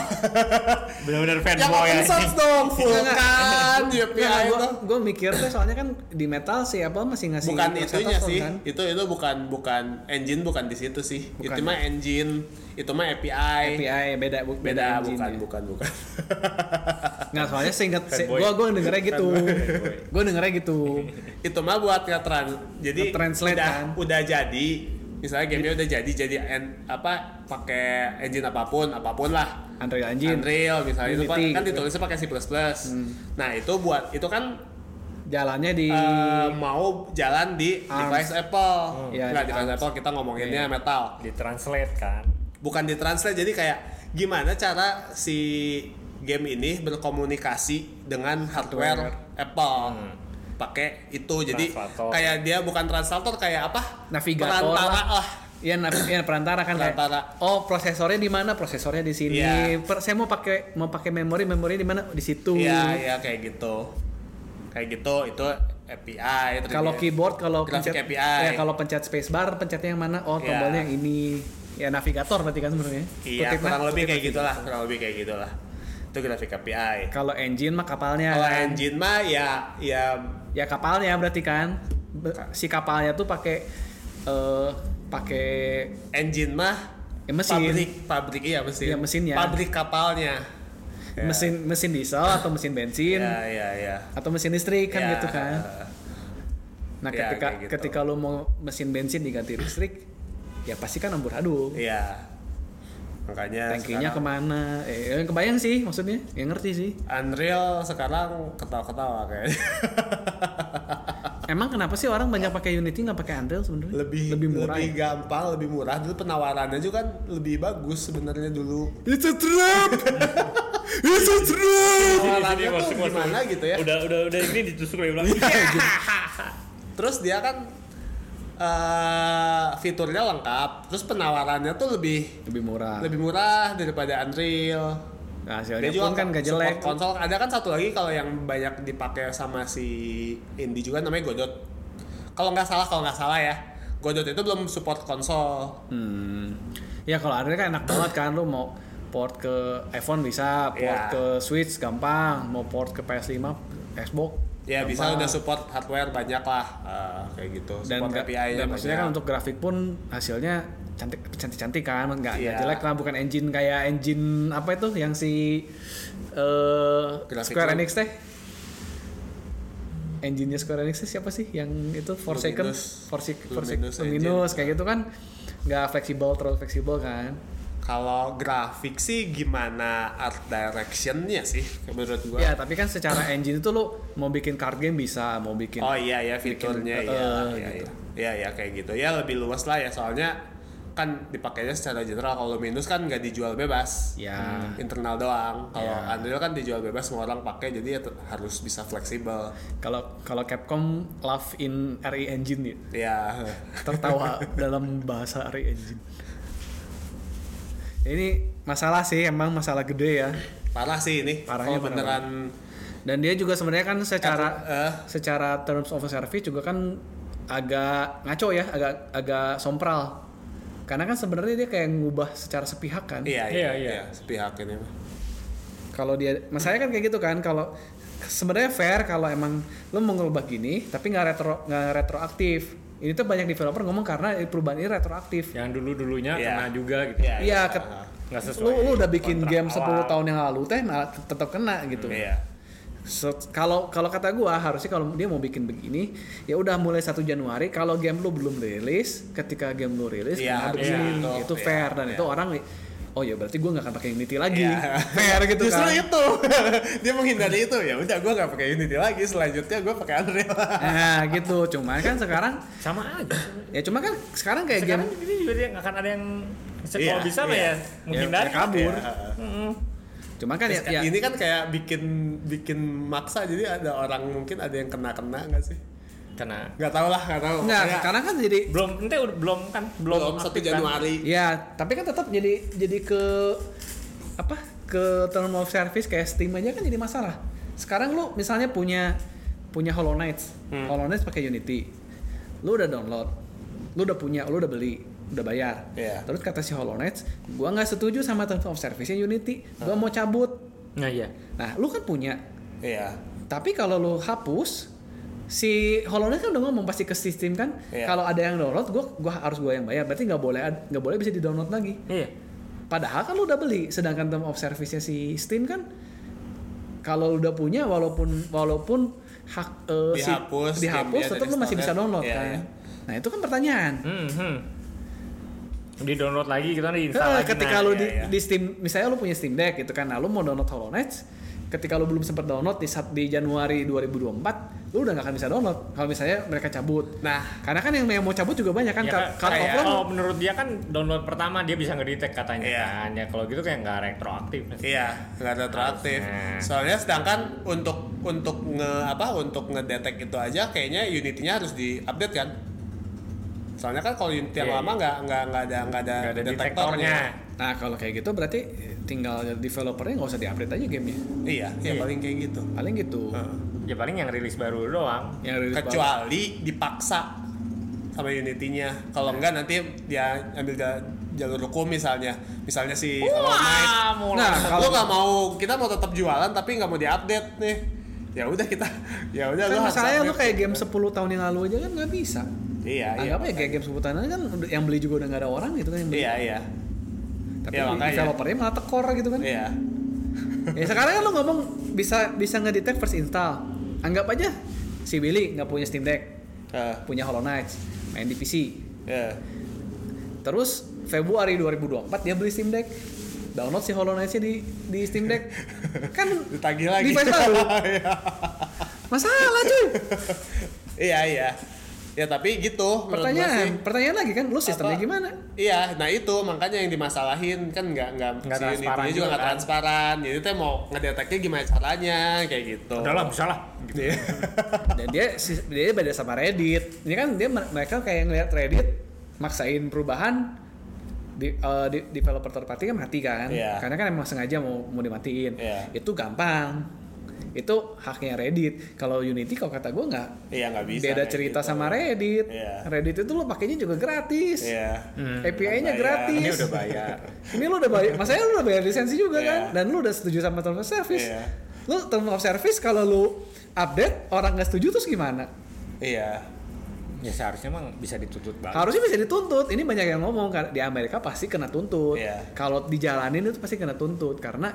Speaker 3: Benar-benar
Speaker 2: yang open source dong Iya, Vulkan YPI
Speaker 1: Nah,
Speaker 2: itu
Speaker 1: gua, gua mikir tuh soalnya kan di metal si Apple masih ngasih
Speaker 2: bukan
Speaker 1: Rosetta
Speaker 2: itunya
Speaker 1: Stone
Speaker 2: sih
Speaker 1: kan.
Speaker 2: itu itu bukan bukan engine bukan di situ sih
Speaker 1: Bukan.
Speaker 2: itu mah engine itu mah API,
Speaker 1: API beda bu-
Speaker 2: beda
Speaker 1: engine
Speaker 2: bukan,
Speaker 1: ya.
Speaker 2: bukan bukan
Speaker 1: Nggak, soalnya seinget se
Speaker 3: Fanboy.
Speaker 1: gua gua dengernya gitu.
Speaker 3: Fanboy.
Speaker 1: gua dengernya gitu.
Speaker 2: itu mah buat ngetran jadi
Speaker 1: Nge-translate
Speaker 2: udah
Speaker 1: kan.
Speaker 2: udah jadi misalnya gamenya udah jadi jadi en- apa pakai engine apapun apapun lah
Speaker 1: Unreal Engine
Speaker 2: Unreal misalnya itu
Speaker 1: Unity, Hmm.
Speaker 2: kan
Speaker 1: gitu.
Speaker 2: ditulisnya pakai C++. Nah, itu buat itu kan
Speaker 1: jalannya di
Speaker 2: eh, mau jalan di
Speaker 1: Arms.
Speaker 2: device Apple.
Speaker 1: Iya,
Speaker 2: Nggak
Speaker 1: di iya.
Speaker 2: device Apple kita ngomonginnya metal.
Speaker 3: Ditranslate kan.
Speaker 2: Bukan di translate jadi kayak gimana cara si game ini berkomunikasi dengan hardware, Apple.
Speaker 1: Hmm.
Speaker 2: Pakai itu jadi
Speaker 3: Translator.
Speaker 2: kayak dia bukan translator kayak apa?
Speaker 1: Navigator
Speaker 2: Perantara
Speaker 1: lah.
Speaker 2: lah.
Speaker 1: ya, na- ya, perantara kan kayak,
Speaker 2: Perantara.
Speaker 1: oh prosesornya di mana prosesornya di sini
Speaker 2: Iya.
Speaker 1: Per- saya mau pakai mau pakai memori memori di mana "Oh, di situ
Speaker 2: Iya, iya kayak gitu. Kayak gitu itu API terus
Speaker 1: kalau
Speaker 2: dia-
Speaker 1: keyboard kalau
Speaker 2: Grafik
Speaker 1: pencet
Speaker 2: API.
Speaker 1: ya kalau pencet spacebar pencetnya yang mana oh
Speaker 2: Iya.
Speaker 1: tombolnya yang ini ya navigator berarti kan sebenarnya
Speaker 2: Iya,
Speaker 1: Kutip,
Speaker 2: kurang
Speaker 1: nah,
Speaker 2: lebih
Speaker 1: kutip.
Speaker 2: kayak gitulah, kurang lebih kayak gitulah. Itu grafik API.
Speaker 1: kalau engine mah kapalnya
Speaker 2: Kalau engine mah ya ya
Speaker 1: ya kapalnya berarti kan Be- si kapalnya tuh pakai eh pakai
Speaker 2: engine mah
Speaker 1: Ya, mesin.
Speaker 2: pabrik pabrik iya mesin.
Speaker 1: Iya, mesinnya.
Speaker 2: Pabrik kapalnya. Ya.
Speaker 1: mesin mesin diesel atau mesin bensin
Speaker 2: Ya ya ya.
Speaker 1: atau mesin listrik kan
Speaker 2: Ya.
Speaker 1: gitu kan Nah,
Speaker 2: Ya,
Speaker 1: ketika
Speaker 2: kayak gitu.
Speaker 1: ketika lu mau mesin bensin diganti listrik, ya pasti kan amburadul.
Speaker 2: Iya. Makanya
Speaker 1: Tankinya
Speaker 2: Iya, sekarang
Speaker 1: kemana? Eh, eh, kebayang sih maksudnya, ya ngerti sih.
Speaker 2: Unreal sekarang ketawa-ketawa kayaknya.
Speaker 1: Emang kenapa sih orang banyak pakai Unity nggak pakai Unreal sebenarnya?
Speaker 2: lebih
Speaker 1: lebih murah.
Speaker 2: lebih
Speaker 1: ya?
Speaker 2: gampang, lebih murah. Dulu penawarannya juga kan lebih bagus sebenarnya dulu.
Speaker 1: It's a trap. It's a trap.
Speaker 2: Penawarannya
Speaker 3: Jadi
Speaker 2: tuh
Speaker 3: masuk- masuk.
Speaker 2: gimana gitu ya? Iya.
Speaker 3: Udah udah udah ini ditusuk lagi ulang.
Speaker 2: Terus dia kan eh, fiturnya lengkap, terus penawarannya tuh lebih
Speaker 1: Lebih murah.
Speaker 2: lebih murah daripada Unreal.
Speaker 1: Nah, hasilnya pun kan nggak
Speaker 2: support
Speaker 1: jelek.
Speaker 2: Konsol ada kan satu lagi kalau yang banyak dipakai sama si Indie juga namanya Godot. Kalau nggak salah kalau nggak salah ya, Godot itu belum support konsol.
Speaker 1: Hmm. Ya kalau Unreal kan enak banget kan lu mau port ke iPhone bisa, port
Speaker 2: Iya.
Speaker 1: ke Switch gampang, mau port ke PS5, Xbox
Speaker 2: ya bisa
Speaker 1: Gampang.
Speaker 2: udah support hardware banyak lah eh, kayak gitu
Speaker 1: dan
Speaker 2: support
Speaker 1: nggak-
Speaker 2: API
Speaker 1: dan maksudnya kan untuk grafik pun hasilnya cantik cantik cantik kan nggak nggak
Speaker 2: Iya.
Speaker 1: jelek lah bukan engine kayak engine apa itu yang si eh
Speaker 2: Grafik
Speaker 1: Square
Speaker 2: Cloud.
Speaker 1: Enix teh engine-nya Square Enix teh siapa sih yang itu Forsaken
Speaker 2: Luminous.
Speaker 1: Forsaken
Speaker 2: Luminous
Speaker 1: Luminous,
Speaker 2: engine.
Speaker 1: Luminous kayak gitu kan nggak fleksibel terlalu fleksibel kan
Speaker 2: kalau grafik sih gimana art directionnya sih menurut gua
Speaker 1: ya tapi kan secara engine itu lo mau bikin card game bisa mau bikin
Speaker 2: Oh iya ya fiturnya
Speaker 1: bikin, eh,
Speaker 2: iya iya,
Speaker 1: gitu.
Speaker 2: iya. Iya, iya, kayak gitu ya lebih luas lah ya soalnya kan dipakainya secara general kalau Windows kan nggak dijual bebas
Speaker 1: Ya.
Speaker 2: Hmm, internal doang kalau
Speaker 1: Ya.
Speaker 2: Unreal kan dijual bebas semua orang pakai jadi ya te- harus bisa fleksibel
Speaker 1: kalau kalau Capcom love in RE engine ya
Speaker 2: ya
Speaker 1: tertawa dalam bahasa Ari Engine. Ini masalah sih, emang masalah gede ya.
Speaker 2: parah sih ini
Speaker 1: Parahnya
Speaker 2: kalau beneran
Speaker 1: Dan dia juga sebenarnya kan secara
Speaker 2: Eh,
Speaker 1: secara terms of service juga kan agak ngaco ya, agak agak sompral. Karena kan sebenarnya dia kayak ngubah secara sepihak kan.
Speaker 2: iya iya
Speaker 3: Iya,
Speaker 2: iya
Speaker 3: iya.
Speaker 2: sepihak ini mah.
Speaker 1: Kalau dia, masalahnya kan kayak gitu kan. Kalau sebenarnya fair kalau emang lo mau ngubah gini, tapi nggak retro nggak retroaktif. Ini tuh banyak developer ngomong karena perubahan ini retroaktif.
Speaker 3: yang dulu dulunya
Speaker 2: Iya.
Speaker 3: kena juga gitu
Speaker 2: Iya,
Speaker 1: Iya, ke-
Speaker 3: nggak sesuai
Speaker 1: lu, lu udah bikin
Speaker 3: kontrak
Speaker 1: game 10
Speaker 3: awal.
Speaker 1: tahun yang lalu teh malah tet- tetap kena gitu.
Speaker 2: iya
Speaker 1: So, kalau kalau kata gua harusnya kalau dia mau bikin begini ya udah mulai 1 Januari kalau game lu belum rilis ketika game lu rilis
Speaker 2: Iya,
Speaker 1: kena
Speaker 2: harus
Speaker 1: begini
Speaker 2: gitu.
Speaker 1: itu
Speaker 2: Iya,
Speaker 1: fair dan
Speaker 2: iya.
Speaker 1: itu orang oh ya berarti gua nggak akan pakai Unity lagi.
Speaker 2: Iya.
Speaker 1: fair gitu
Speaker 2: justru
Speaker 1: kan.
Speaker 2: itu dia menghindari itu ya udah gue nggak pakai Unity lagi selanjutnya gue pakai Unreal
Speaker 1: Nah, gitu. Cuman kan sekarang
Speaker 3: sama aja
Speaker 2: Eh,
Speaker 1: ya cuma kan sekarang kayak
Speaker 3: sekarang
Speaker 1: game
Speaker 3: ini juga dia nggak akan ada yang
Speaker 2: Iya,
Speaker 3: kalau bisa mah
Speaker 2: iya.
Speaker 3: ya menghindari
Speaker 1: ya kabur.
Speaker 2: Iya.
Speaker 1: Cuman kan ya,
Speaker 2: Terus
Speaker 1: ya
Speaker 2: ini kan kayak bikin bikin maksa jadi ada orang mungkin ada yang kena kena nggak sih
Speaker 3: karena
Speaker 2: nggak tau lah nggak tahu
Speaker 1: enggak,
Speaker 2: Kayak
Speaker 1: sekarang kan jadi
Speaker 3: belum ente udah belum kan belum,
Speaker 2: belum satu
Speaker 3: aktif kan.
Speaker 2: Januari
Speaker 1: Ya, tapi kan tetap jadi jadi ke apa? Ke term of service kayak Steam aja kan jadi masalah. Sekarang lu misalnya punya punya Hollow Knight.
Speaker 2: Hmm.
Speaker 1: Hollow Knight pakai Unity. Lu udah download. Lu udah punya, lu udah beli, udah bayar.
Speaker 2: Iya.
Speaker 1: Terus kata si Hollow Knight, gua nggak setuju sama term of service-nya Unity.
Speaker 2: Hmm.
Speaker 1: Gua mau cabut.
Speaker 3: nah iya
Speaker 1: Nah, lu kan punya.
Speaker 2: iya
Speaker 1: Tapi kalau lu hapus si Hollow Knight kan udah ngomong pasti ke sistem kan
Speaker 2: Iya.
Speaker 1: kalau ada yang download gua gua harus gua yang bayar berarti nggak boleh ad- nggak boleh bisa di download lagi
Speaker 3: iya
Speaker 1: Padahal kan lu udah beli, sedangkan term of service-nya si Steam kan kalau lu udah punya walaupun walaupun hak eh, si-
Speaker 2: Dihapus,
Speaker 1: dihapus
Speaker 2: game-nya
Speaker 1: tetap
Speaker 2: dari
Speaker 1: lu masih bisa
Speaker 2: standar.
Speaker 1: download
Speaker 2: Iya,
Speaker 1: kan.
Speaker 2: iya.
Speaker 1: Nah, itu kan pertanyaan.
Speaker 3: hmm, hmm. di download lagi kita
Speaker 1: Eh,
Speaker 3: di install lagi
Speaker 1: ketika
Speaker 3: nah.
Speaker 1: lu
Speaker 2: iya,
Speaker 1: di,
Speaker 2: iya.
Speaker 1: di Steam, misalnya lu punya Steam Deck gitu kan, nah lu mau download Hollow Knight, ketika lu belum sempat download di saat di Januari 2024, lu udah gak akan bisa download kalau misalnya mereka cabut.
Speaker 2: nah Iya,
Speaker 1: Karena kan yang, yang mau cabut juga banyak kan,
Speaker 3: Ya,
Speaker 1: Ka-
Speaker 3: kan,
Speaker 1: kalau
Speaker 3: kayak-
Speaker 1: offline
Speaker 3: kalau menurut dia kan download pertama dia bisa ngedetect katanya
Speaker 2: Iya.
Speaker 3: kan ya kalau gitu kayak nggak retroaktif
Speaker 2: iya nggak ada atraktif
Speaker 3: Harusnya.
Speaker 2: soalnya sedangkan untuk untuk nge apa untuk ngedetek itu aja kayaknya Unity-nya harus diupdate kan soalnya kan kalau Unity yang
Speaker 3: Iya,
Speaker 2: lama
Speaker 3: iya.
Speaker 2: nggak nggak nggak ada nggak ada,
Speaker 3: nggak ada
Speaker 2: detektornya
Speaker 3: detektornya
Speaker 1: Nah, kalau kayak gitu berarti tinggal developernya nggak usah diupdate aja gamenya.
Speaker 2: iya iya
Speaker 3: Iya.
Speaker 2: paling kayak gitu
Speaker 1: Paling gitu.
Speaker 2: Heeh.
Speaker 3: ya paling yang rilis baru doang
Speaker 1: yang rilis baru.
Speaker 2: kecuali dipaksa sama Unity-nya. Kalau enggak nanti dia ambil ja- jalur hukum misalnya. Misalnya si Hollow Knight.
Speaker 1: Nah,
Speaker 2: Nah,
Speaker 1: kalau-
Speaker 2: kalau nggak mau kita mau tetap jualan tapi nggak mau diupdate nih. Ya udah kita ya udah
Speaker 1: kan
Speaker 2: lu harus
Speaker 1: masalahnya lu
Speaker 2: update.
Speaker 1: kayak game 10 tahun yang lalu aja kan nggak bisa
Speaker 2: Iya, iya.
Speaker 1: anggapnya kayak game 10 tahun lalu kan udah- yang beli juga udah nggak ada orang gitu kan yang beli
Speaker 2: Iya, iya.
Speaker 1: tapi
Speaker 2: iya, makanya.
Speaker 1: developernya malah tekor gitu kan
Speaker 2: Iya.
Speaker 1: ya sekarang kan lu ngomong bisa bisa ngedetect first install anggap aja si Billy nggak punya Steam Deck
Speaker 2: Eh,
Speaker 1: punya Hollow Knight main di PC
Speaker 2: eh.
Speaker 1: terus Februari 2024 dia beli Steam Deck download si Hollow Knight-nya di di Steam Deck kan
Speaker 2: Ditagih lagi.
Speaker 1: Device baru.
Speaker 2: Iya.
Speaker 1: masalah cuy
Speaker 2: iya, iya. Ya tapi gitu menurut gua sih.
Speaker 1: pertanyaan pertanyaan lagi kan lu sistemnya
Speaker 2: Apa?
Speaker 1: gimana
Speaker 2: Iya, nah itu makanya yang dimasalahin kan nggak nggak
Speaker 3: Nggak
Speaker 2: si Unity-nya
Speaker 3: transparan
Speaker 2: juga
Speaker 3: juga
Speaker 2: nggak
Speaker 3: kan.
Speaker 2: transparan. Jadi teh mau ngedeteknya gimana caranya kayak gitu.
Speaker 3: udah lah bisa lah
Speaker 2: Iya.
Speaker 1: dan dia si- dia beda sama Reddit ini kan dia mereka kayak ngeliat Reddit maksain perubahan di, eh, di- developer third party kan mati kan
Speaker 2: Iya.
Speaker 1: karena kan emang sengaja mau mau dimatiin
Speaker 2: Iya.
Speaker 1: itu gampang itu haknya Reddit kalau Unity kalau kata gue nggak
Speaker 2: Iya nggak bisa.
Speaker 1: beda
Speaker 2: kayak
Speaker 1: cerita
Speaker 2: gitu.
Speaker 1: sama Reddit
Speaker 2: Iya.
Speaker 1: Reddit itu lo pakainya juga gratis Hmm.
Speaker 2: Iya.
Speaker 1: API-nya
Speaker 2: Bayar.
Speaker 1: gratis
Speaker 2: Ini udah bayar.
Speaker 1: ini lu udah bayar, maksudnya lu udah bayar lisensi juga
Speaker 2: Iya.
Speaker 1: kan, dan lu udah setuju sama terms of service.
Speaker 2: Iya.
Speaker 1: lu term of service kalau lu update orang nggak setuju terus gimana?
Speaker 2: Iya.
Speaker 3: ya seharusnya emang bisa dituntut banget
Speaker 1: Harusnya bisa dituntut. Ini banyak yang ngomong karena di Amerika pasti kena tuntut.
Speaker 2: Iya.
Speaker 1: Kalau dijalanin itu pasti kena tuntut karena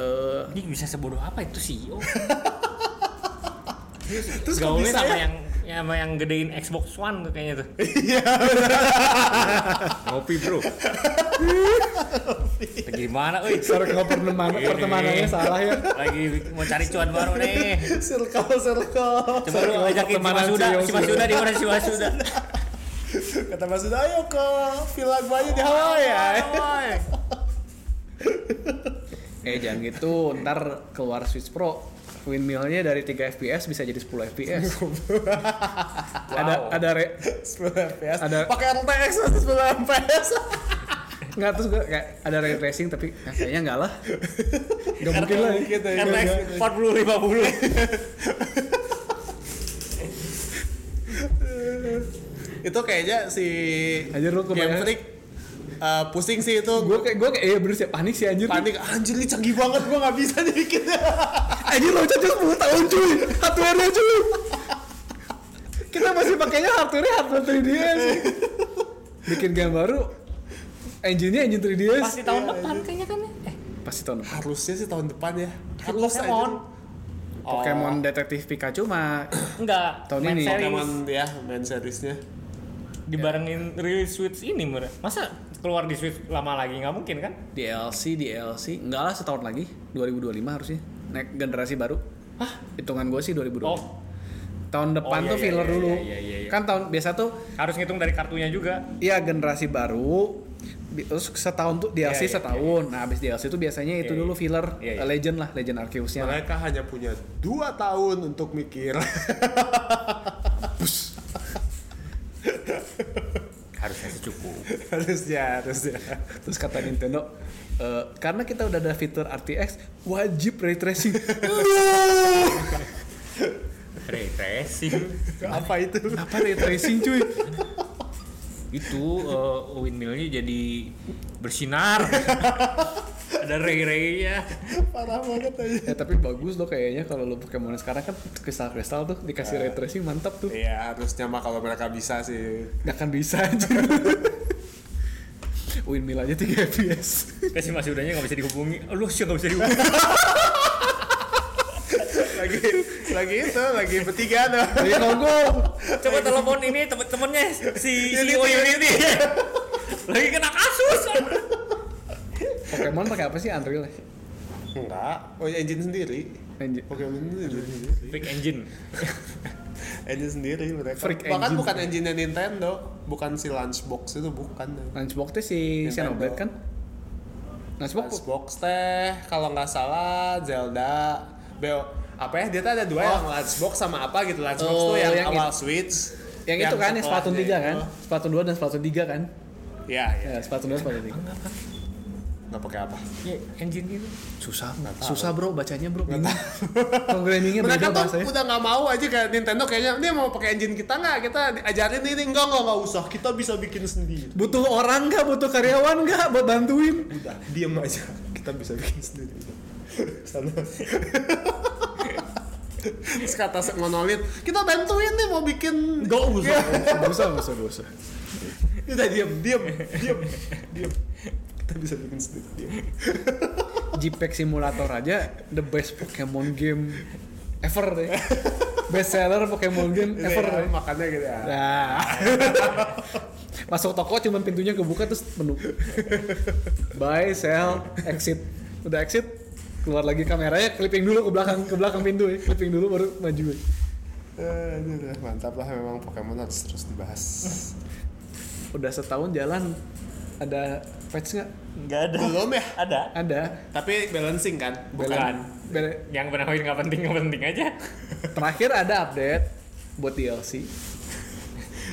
Speaker 1: eh
Speaker 3: ini bisa sebodoh apa itu E CEO
Speaker 2: Terus kok
Speaker 3: gaulnya
Speaker 2: bisa
Speaker 3: sama
Speaker 2: ya?
Speaker 3: yang ya sama yang gedein Xbox One tuh kayaknya tuh
Speaker 2: Iya.
Speaker 3: ngopi bro gimana euy
Speaker 1: circle pertemanan
Speaker 3: Ini.
Speaker 1: pertemanannya salah ya.
Speaker 3: lagi mau cari cuan baru nih
Speaker 1: Circle circle.
Speaker 3: coba lu ajakin si Masuda si Masuda di mana si Masuda
Speaker 2: Kata Mas Uda, ayo ke villa gua aja di Hawaii ya.
Speaker 1: Eh jangan gitu, ntar keluar Switch Pro windmill-nya dari 3 fps bisa jadi 10 fps. Ada ada re-
Speaker 2: 10 FPS.
Speaker 1: Ada-
Speaker 2: Pakai RTX masih 10 FPS.
Speaker 1: nggak terus gue kayak ada ray tracing tapi ah, kayaknya nggak lah. Nggak mungkin lah.
Speaker 2: Mungkin tuh, iya,
Speaker 3: RTX
Speaker 2: iya.
Speaker 3: 40 50
Speaker 2: Itu kayaknya si
Speaker 1: Anjir, lu
Speaker 2: Game
Speaker 1: kebayang.
Speaker 2: Freak eh, pusing sih itu
Speaker 1: Gue kayak gue kayak iya bener sih panik sih anjir.
Speaker 2: panik anjir ini canggih banget gua nggak bisa dibikin
Speaker 1: Anjir loncat jauh 10 tahun cuy. Hardware-nya cuy. Kita masih pakainya hardware hardware 3DS. Bikin game baru engine-nya engine 3DS.
Speaker 3: pasti tahun
Speaker 2: Iya,
Speaker 3: depan kayaknya kan ya eh
Speaker 1: Pasti tahun depan.
Speaker 2: harusnya sih tahun depan ya harus aja
Speaker 3: Pokemon Oh.
Speaker 1: Pokemon Detektif Pikachu mah
Speaker 3: enggak
Speaker 1: Tahun
Speaker 3: main
Speaker 1: ini.
Speaker 3: series.
Speaker 2: Pokemon ya main seriesnya
Speaker 3: dibarengin rilis Switch ini mer masa keluar di Switch lama lagi nggak mungkin kan
Speaker 1: DLC, DLC, enggak lah setahun lagi, 2025 harusnya naik generasi baru. Hah? Hitungan gue sih 2025.
Speaker 3: Oh.
Speaker 1: Tahun depan
Speaker 3: iya,
Speaker 1: tuh
Speaker 3: iya,
Speaker 1: filler
Speaker 3: iya,
Speaker 1: dulu.
Speaker 3: iya, iya, iya.
Speaker 1: Kan tahun biasa tuh
Speaker 3: harus ngitung dari kartunya juga
Speaker 1: ya generasi baru bi- terus setahun tuh
Speaker 3: Iya,
Speaker 1: DLC
Speaker 3: iya,
Speaker 1: setahun. Nah, habis DLC tuh biasanya itu
Speaker 3: Iya,
Speaker 1: dulu
Speaker 3: iya.
Speaker 1: filler
Speaker 3: Iya, iya.
Speaker 1: eh, Legend lah, Legend Arceus-nya. lah.
Speaker 2: mereka hanya punya dua tahun untuk mikir
Speaker 3: harusnya sih cukup
Speaker 2: harusnya harusnya
Speaker 1: Terus kata Nintendo, "Eh, karena kita udah ada fitur RTX, wajib ray tracing.
Speaker 3: ray tracing
Speaker 2: apa itu
Speaker 1: Apa ray tracing, cuy?
Speaker 3: itu uh, windmillnya jadi bersinar ada ray raynya
Speaker 2: parah banget aja
Speaker 1: ya, tapi bagus loh kayaknya kalau lo Pokemon sekarang kan kristal-kristal tuh dikasih
Speaker 3: Ah.
Speaker 1: ray tracing mantap tuh.
Speaker 2: Iya harusnya mah kalau mereka bisa sih
Speaker 1: Gak akan bisa aja. Windmill aja 3 fps.
Speaker 3: kasih mas udahnya nggak bisa dihubungi oh, lu sih nggak bisa dihubungi
Speaker 2: lagi lagi itu lagi bertiga tuh
Speaker 3: Iya,
Speaker 1: Jadi nongol.
Speaker 3: coba telepon ini temen-temennya si
Speaker 2: Unity,
Speaker 3: CEO Unity lagi kena kasus
Speaker 1: Pokemon pakai apa sih Unreal ya?
Speaker 2: enggak oh ya, engine sendiri
Speaker 1: Anj-
Speaker 2: Pokemon engine sendiri
Speaker 3: freak engine
Speaker 2: engine sendiri mereka
Speaker 1: Freak
Speaker 2: bahkan
Speaker 1: engine.
Speaker 2: bukan engine Nintendo bukan si lunchbox itu bukan
Speaker 1: Lunchbox tuh si
Speaker 2: Nintendo.
Speaker 1: Xenoblade kan? Lunchbox po-
Speaker 2: lunchbox teh kalau nggak salah Zelda Beo apa ya dia tuh ada dua yang lunchbox sama apa gitu lunchbox
Speaker 1: Oh,
Speaker 2: tuh yang,
Speaker 1: yang
Speaker 2: awal switch
Speaker 1: yang, itu kan yang Splatoon 3 kan?
Speaker 2: setelahnya itu.
Speaker 1: Splatoon 2 dan Splatoon 3 kan?
Speaker 2: Iya, iya.
Speaker 1: Ya, Splatoon 2 Splatoon
Speaker 2: Nggak pakai apa.
Speaker 3: ya, engine gitu
Speaker 1: 3. Susah, susah bro bacanya bro. Programmingnya Iya,
Speaker 2: Mereka
Speaker 1: beda
Speaker 2: tuh
Speaker 1: bahasanya.
Speaker 2: udah nggak mau aja kayak Nintendo kayaknya dia mau pakai engine kita nggak kita ajarin ini enggak enggak nggak usah kita bisa bikin sendiri.
Speaker 1: Butuh orang nggak? Butuh karyawan nggak buat bantuin?
Speaker 2: Udah diam aja kita bisa bikin sendiri. Sana. Terus kata se- monolit, kita bantuin nih mau bikin
Speaker 1: Gak usah, gak usah, gak usah, gak usah.
Speaker 2: Udah diam, diam, diam, diam. Kita bisa bikin sendiri. Diam.
Speaker 1: JPEG Simulator aja the best Pokemon game ever deh. Best seller Pokemon game
Speaker 2: Gitu
Speaker 1: ever.
Speaker 2: ya,
Speaker 1: deh.
Speaker 2: makannya gitu ya.
Speaker 1: Nah. Masuk toko cuman pintunya kebuka terus menu. Buy, sell, exit. Udah exit, keluar lagi kameranya, clipping dulu ke belakang ke belakang pintu ya. Clipping dulu baru maju.
Speaker 2: Eh, aduh, aduh, mantap lah memang Pokemon harus terus dibahas.
Speaker 1: Udah setahun jalan ada patch nggak?
Speaker 3: nggak ada
Speaker 2: Belum ya?
Speaker 3: ada
Speaker 1: Ada.
Speaker 2: Tapi balancing kan?
Speaker 3: Bukan.
Speaker 1: Bele-
Speaker 3: yang benahin nggak penting nggak penting aja
Speaker 1: Terakhir ada update buat DLC.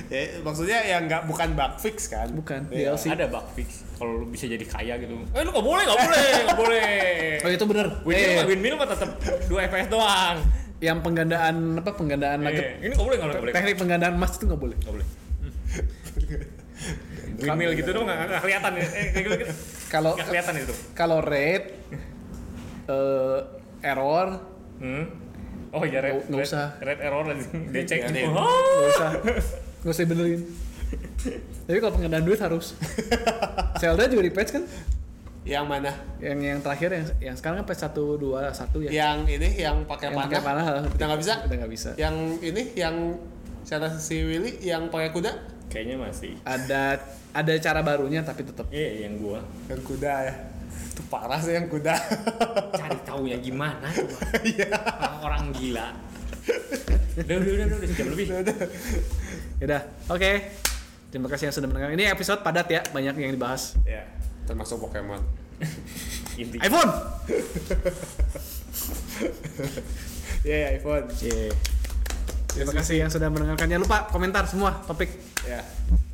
Speaker 2: Ya, maksudnya ya nggak bukan bug fix kan?
Speaker 1: Bukan,
Speaker 2: Iya.
Speaker 1: DLC.
Speaker 3: ada bug fix kalau lu bisa jadi kaya gitu eh lu nggak boleh nggak boleh nggak boleh
Speaker 1: Oh itu bener.
Speaker 3: windmill
Speaker 1: Eh,
Speaker 3: mah windmill mah tetap 2 fps doang
Speaker 1: yang penggandaan apa penggandaan nugget
Speaker 3: Eh, ini nggak boleh nggak boleh, nggak boleh
Speaker 1: teknik penggandaan emas itu nggak boleh
Speaker 3: nggak boleh windmill gitu dong nggak nggak
Speaker 1: Oh.
Speaker 3: kelihatan ya eh, kayak gitu- gitu.
Speaker 1: kalau
Speaker 3: nggak kelihatan itu
Speaker 1: kalau raid eh error
Speaker 3: Hmm? Oh ya
Speaker 1: Nggak-
Speaker 3: red,
Speaker 1: nggak
Speaker 3: red-
Speaker 1: usah.
Speaker 3: red error lagi. Dia cek.
Speaker 2: Nggak ada yang-
Speaker 3: Oh.
Speaker 1: nggak usah nggak usah benerin tapi kalau pengadaan duit harus Zelda juga di patch kan
Speaker 2: Yang mana?
Speaker 1: yang yang terakhir yang yang sekarang kan patch satu dua satu ya
Speaker 2: Yang ini yang pakai
Speaker 1: yang
Speaker 2: Iya, panah.
Speaker 1: pakai panah
Speaker 2: Udah nggak bisa?
Speaker 1: udah nggak bisa
Speaker 2: Yang ini yang cara si Willy yang pakai kuda?
Speaker 3: Kayaknya masih.
Speaker 1: ada ada cara barunya tapi tetap
Speaker 3: Iya, yang gua
Speaker 2: Yang kuda ya. Itu parah sih yang kuda.
Speaker 3: cari taunya gimana coba.
Speaker 1: Iya.
Speaker 3: Orang- Orang gila. Udah, udah, udah, udah, udah sejam lebih.
Speaker 1: Yaudah, Ya oke. Terima kasih yang sudah mendengar. Ini episode padat ya, banyak yang dibahas.
Speaker 2: ya, termasuk Pokemon.
Speaker 3: Inti.
Speaker 1: iPhone.
Speaker 2: Ya, iPhone.
Speaker 1: Yeay. Terima kasih yang sudah mendengarkan. Jangan lupa komentar semua topik.
Speaker 2: Ya.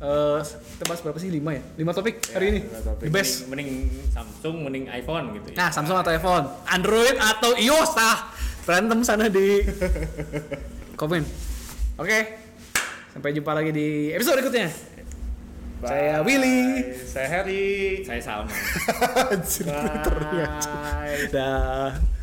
Speaker 1: Eh, kita bahas berapa sih? 5 ya? 5 topik hari ini.
Speaker 2: Iya, lima topik.
Speaker 1: The best.
Speaker 3: Mending, mending Samsung, mending iPhone gitu ya.
Speaker 1: Nah, Samsung atau iPhone? Android atau iOS ah. Berantem sana di komen. Oke. Sampai jumpa lagi di episode berikutnya.
Speaker 2: Bye.
Speaker 1: Saya Willy.
Speaker 2: Saya Harry.
Speaker 3: Saya Salman.
Speaker 1: Anjir, Twitternya.
Speaker 2: Bye.
Speaker 1: Dah.